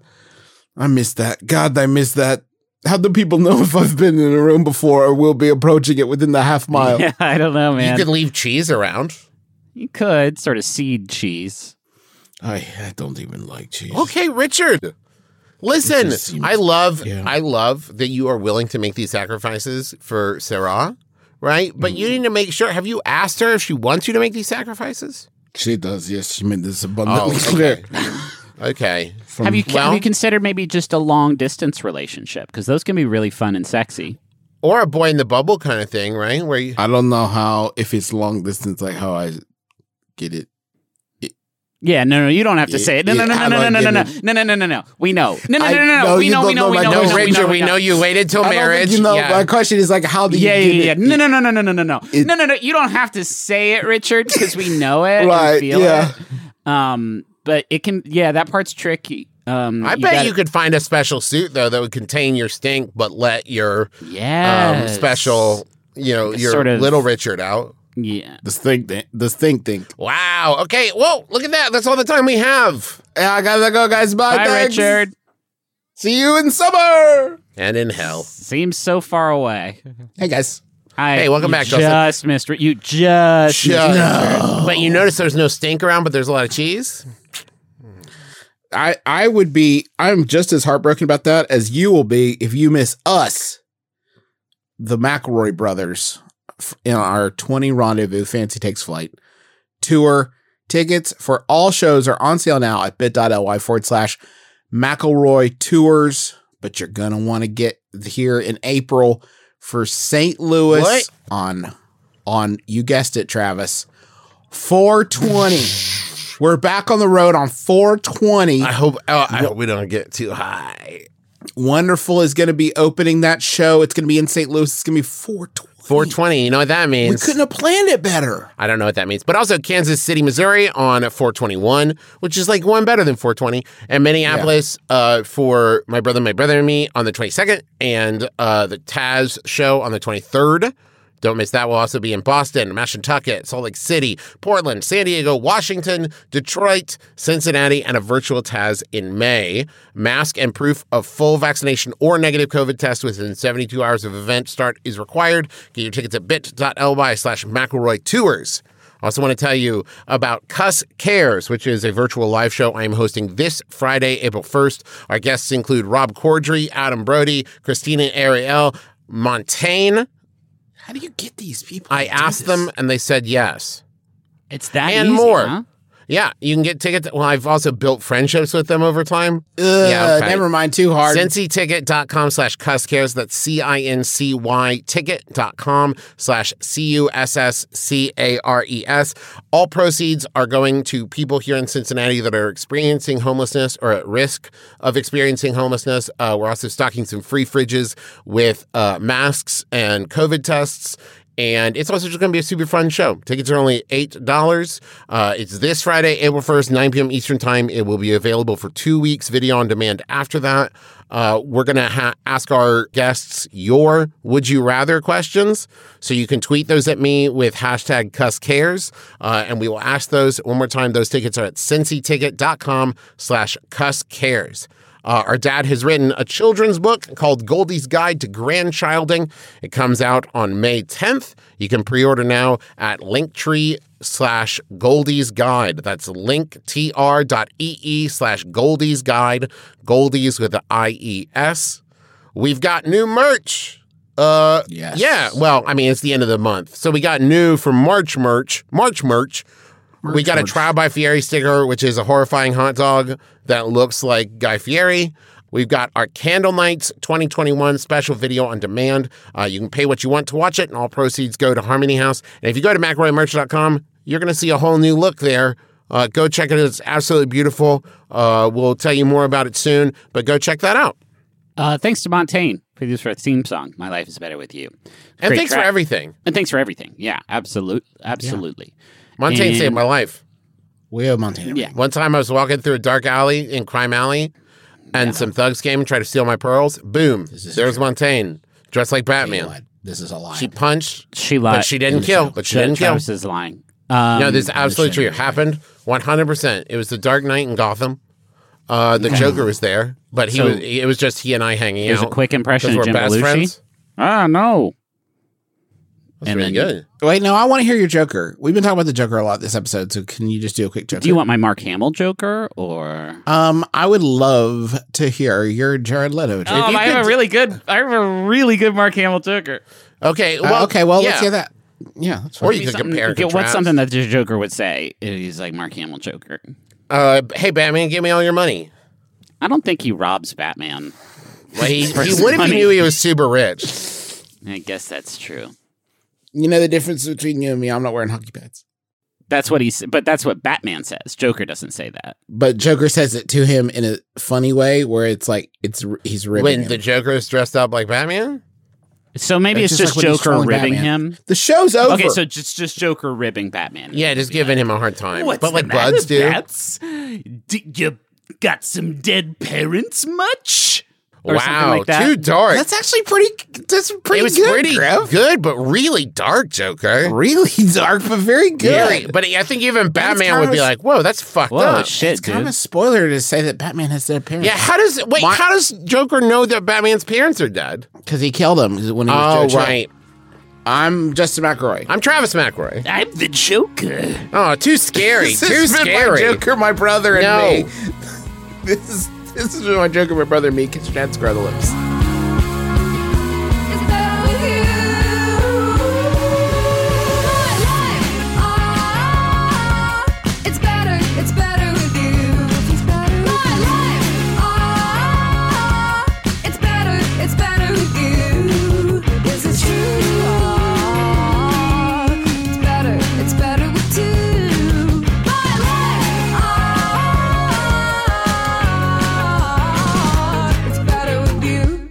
I miss that. God, I miss that. How do people know if I've been in a room before or will be approaching it within the half mile? Yeah, I don't know, man. You can leave cheese around. you could sort of seed cheese. I, I don't even like cheese. Okay, Richard. It Listen, just seems- I love yeah. I love that you are willing to make these sacrifices for Sarah, right? But you need to make sure have you asked her if she wants you to make these sacrifices? She does, yes. She made this abundantly Oh, okay. clear. Okay. From- Have you Well- have you considered maybe just a long distance relationship? Because those can be really fun and sexy. Or a boy in the bubble kind of thing, right? Where Oh, you I don't know how, if it's long distance, like how I get it. it Yeah, no, no, you don't have to Yeah, say it. No, no, yeah, no, I no, no, like no, no, no, getting no, no, no, no, no. We know. No, no, I no, no, know no. We you know, don't we know, we know my know, we name. know, we Oh, Richard, know. we know you waited till I don't think marriage. you know, but- My question is like, how do you Oh, Yeah, get yeah, yeah. it? No, no, no, no, no, no, no, no. No, no, no. You don't have to say it, Richard, because we know it. Right, And feel yeah. It. Um, but it can. Yeah, that part's tricky. Um, I bet gotta- you could find a special suit though that would contain your stink, but let your um, Yes. special, you know, Like a your sort of- little Richard out. Yeah. The stink, the stink, think. Wow. Okay. Whoa. Look at that. That's all the time we have. Yeah, I gotta go, guys. Bye, Bye, thanks. Richard. See you in summer. And in hell. Seems so far away. Hey, guys. I, Hey, welcome you back, Just Justin. missed. Ri- You just. missed Richard. But you notice there's no stink around, but there's a lot of cheese. I I would be I'm just as heartbroken about that as you will be if you miss us, the McElroy brothers, f- in our 20 rendezvous fancy takes flight tour. Tickets for all shows are on sale now at bit.ly forward slash McElroy tours. But you're gonna want to get here in April for St. Louis What? on on you guessed it, Travis. 420. We're back on the road on 420. I hope. Oh, I hope we don't get too high. Wonderful is going to be opening that show. It's going to be in St. Louis. It's going to be 420. 420. You know what that We means? couldn't have planned it better. I don't know what that means. But also Kansas City, Missouri on 421, which is like one better than 420, and Minneapolis uh, for my brother, my brother and me on the 22nd, and uh, the Taz show on the 23rd. Don't miss that. We'll also be in Boston, Mashantucket, Salt Lake City, Portland, San Diego, Washington, Detroit, Cincinnati, and a virtual Taz in May. Mask and proof of full vaccination or negative COVID test within 72 hours of event start is required. Get your tickets at bit.ly slash McElroy Tours. I also want to tell you about Cuss Cares, which is a virtual live show I am hosting this Friday, April 1st. Our guests include Rob Cordry, Adam Brody, Christina Ariel, Montaigne. How do you get these people? I to do asked this? them and they said yes. It's that and easy, more. huh? Yeah, you can get tickets. Well, I've also built friendships with them over time. Ugh, yeah, okay. Never mind, too hard. CincyTicket.com slash cusscares. That's C I N C Y ticket.com slash C U S S C A R E S. All proceeds are going to people here in Cincinnati that are experiencing homelessness or at risk of experiencing homelessness. Uh, we're also stocking some free fridges with uh, masks and COVID tests. And it's also just going to be a super fun show. Tickets are only $8. Uh, it's this Friday, April 1st, 9 p.m. Eastern Time. It will be available for two weeks, video on demand after that. Uh, we're going to ha- ask our guests your would you rather questions. So you can tweet those at me with hashtag cusscares. Uh, and we will ask those one more time. Those tickets are at cincyticket.com slash cusscares. Uh, our dad has written a children's book called Goldie's Guide to Grandchilding. It comes out on May 10th. You can pre-order now at linktree slash Goldie's Guide. That's linktr.ee E slash Goldie's Guide. Goldie's with E the I-E-S. We've got new merch. Uh, Yes. Yeah, well, I mean, it's the end of the month. So we got new for March merch. March merch. we got a Trial by Fieri sticker, which is a horrifying hot dog that looks like Guy Fieri. We've got our Candle Nights 2021 special video on demand. Uh, you can pay what you want to watch it, and all proceeds go to Harmony House. And if you go to McRoyMerch.com, you're going to see a whole new look there. Uh, go check it out. It's absolutely beautiful. Uh, we'll tell you more about it soon, but go check that out. Uh, thanks to Montaigne, producer of theme song "My Life Is Better with You," And Great thanks track. for everything. And thanks for everything. Yeah, absolute, absolutely. Montaigne And- saved my life. We have Montana. Yeah. One time I was walking through a dark alley in Crime Alley and some thugs came and tried to steal my pearls. Boom. There's Montaigne dressed like Batman. This is a lie. She punched, She lied. but she didn't kill. But she Tra- didn't kill. Travis is lying. Um, No, this is absolutely true. It happened 100%. It was the Dark Knight in Gotham. Uh, the Joker was there, but he So- was, it was just he and I hanging Here's out. a quick impression 'cause of we're Jim best Belushi. friends. Ah, no. That's And really then- good. Wait, no, I want to hear your Joker. We've been talking about the Joker a lot this episode, so can you just do a quick Joker? Do you want my Mark Hamill Joker or? um, I would love to hear your Jared Leto Joker. you Oh, I have could- a really good. I have a really good Mark Hamill Joker. Okay. Uh, Well, okay, well, yeah. let's hear that. Yeah, that's Or fine. you could compare and What's contrast. something that the Joker would say? He's like Mark Hamill Joker. Uh, hey, Batman, give me all your money. I don't think he robs Batman. Well, he, For he some would if he money. knew he was super rich. I guess that's true. You know the difference between you and me. I'm not wearing hockey pads. That's what he's, but that's what Batman says. Joker doesn't say that. But Joker says it to him in a funny way where it's like it's he's ribbing. When him. the Joker is dressed up like Batman? So maybe That's it's just just, like when he's Joker trolling ribbing Batman. him. The show's over. Okay, so just just Joker ribbing Batman. Yeah, just giving him a hard time. What's but like the matter, Buds do. Bats? D- you got some dead parents, much? Or something wow, like that. too dark. that's actually pretty. That's pretty. it was good, pretty Griff. good, but really dark, Joker. really dark, but very good. Very- but I think even Batman would kinda be s- like, "Whoa, that's fucked Whoa, up." shit, dude. Kind of spoiler to say that Batman has dead parents. Yeah, how does wait? Why- How does Joker know that Batman's parents are dead? because he killed him when he Oh, was Joe Chill. right. I'm Justin McElroy. I'm Travis McRoy. I'm the Joker. Oh, too scary. This has too been my scary. Joker, my brother, No. and me. This is this is my Joker, my brother, and me. Kitchen and scroll the lips. It's better with you. My life, ah, it's better, it's better with you. It's better. My life, ah, it's better, it's better with you. Is it true? Ah, it's better, it's better with two. My life, ah, it's better with you.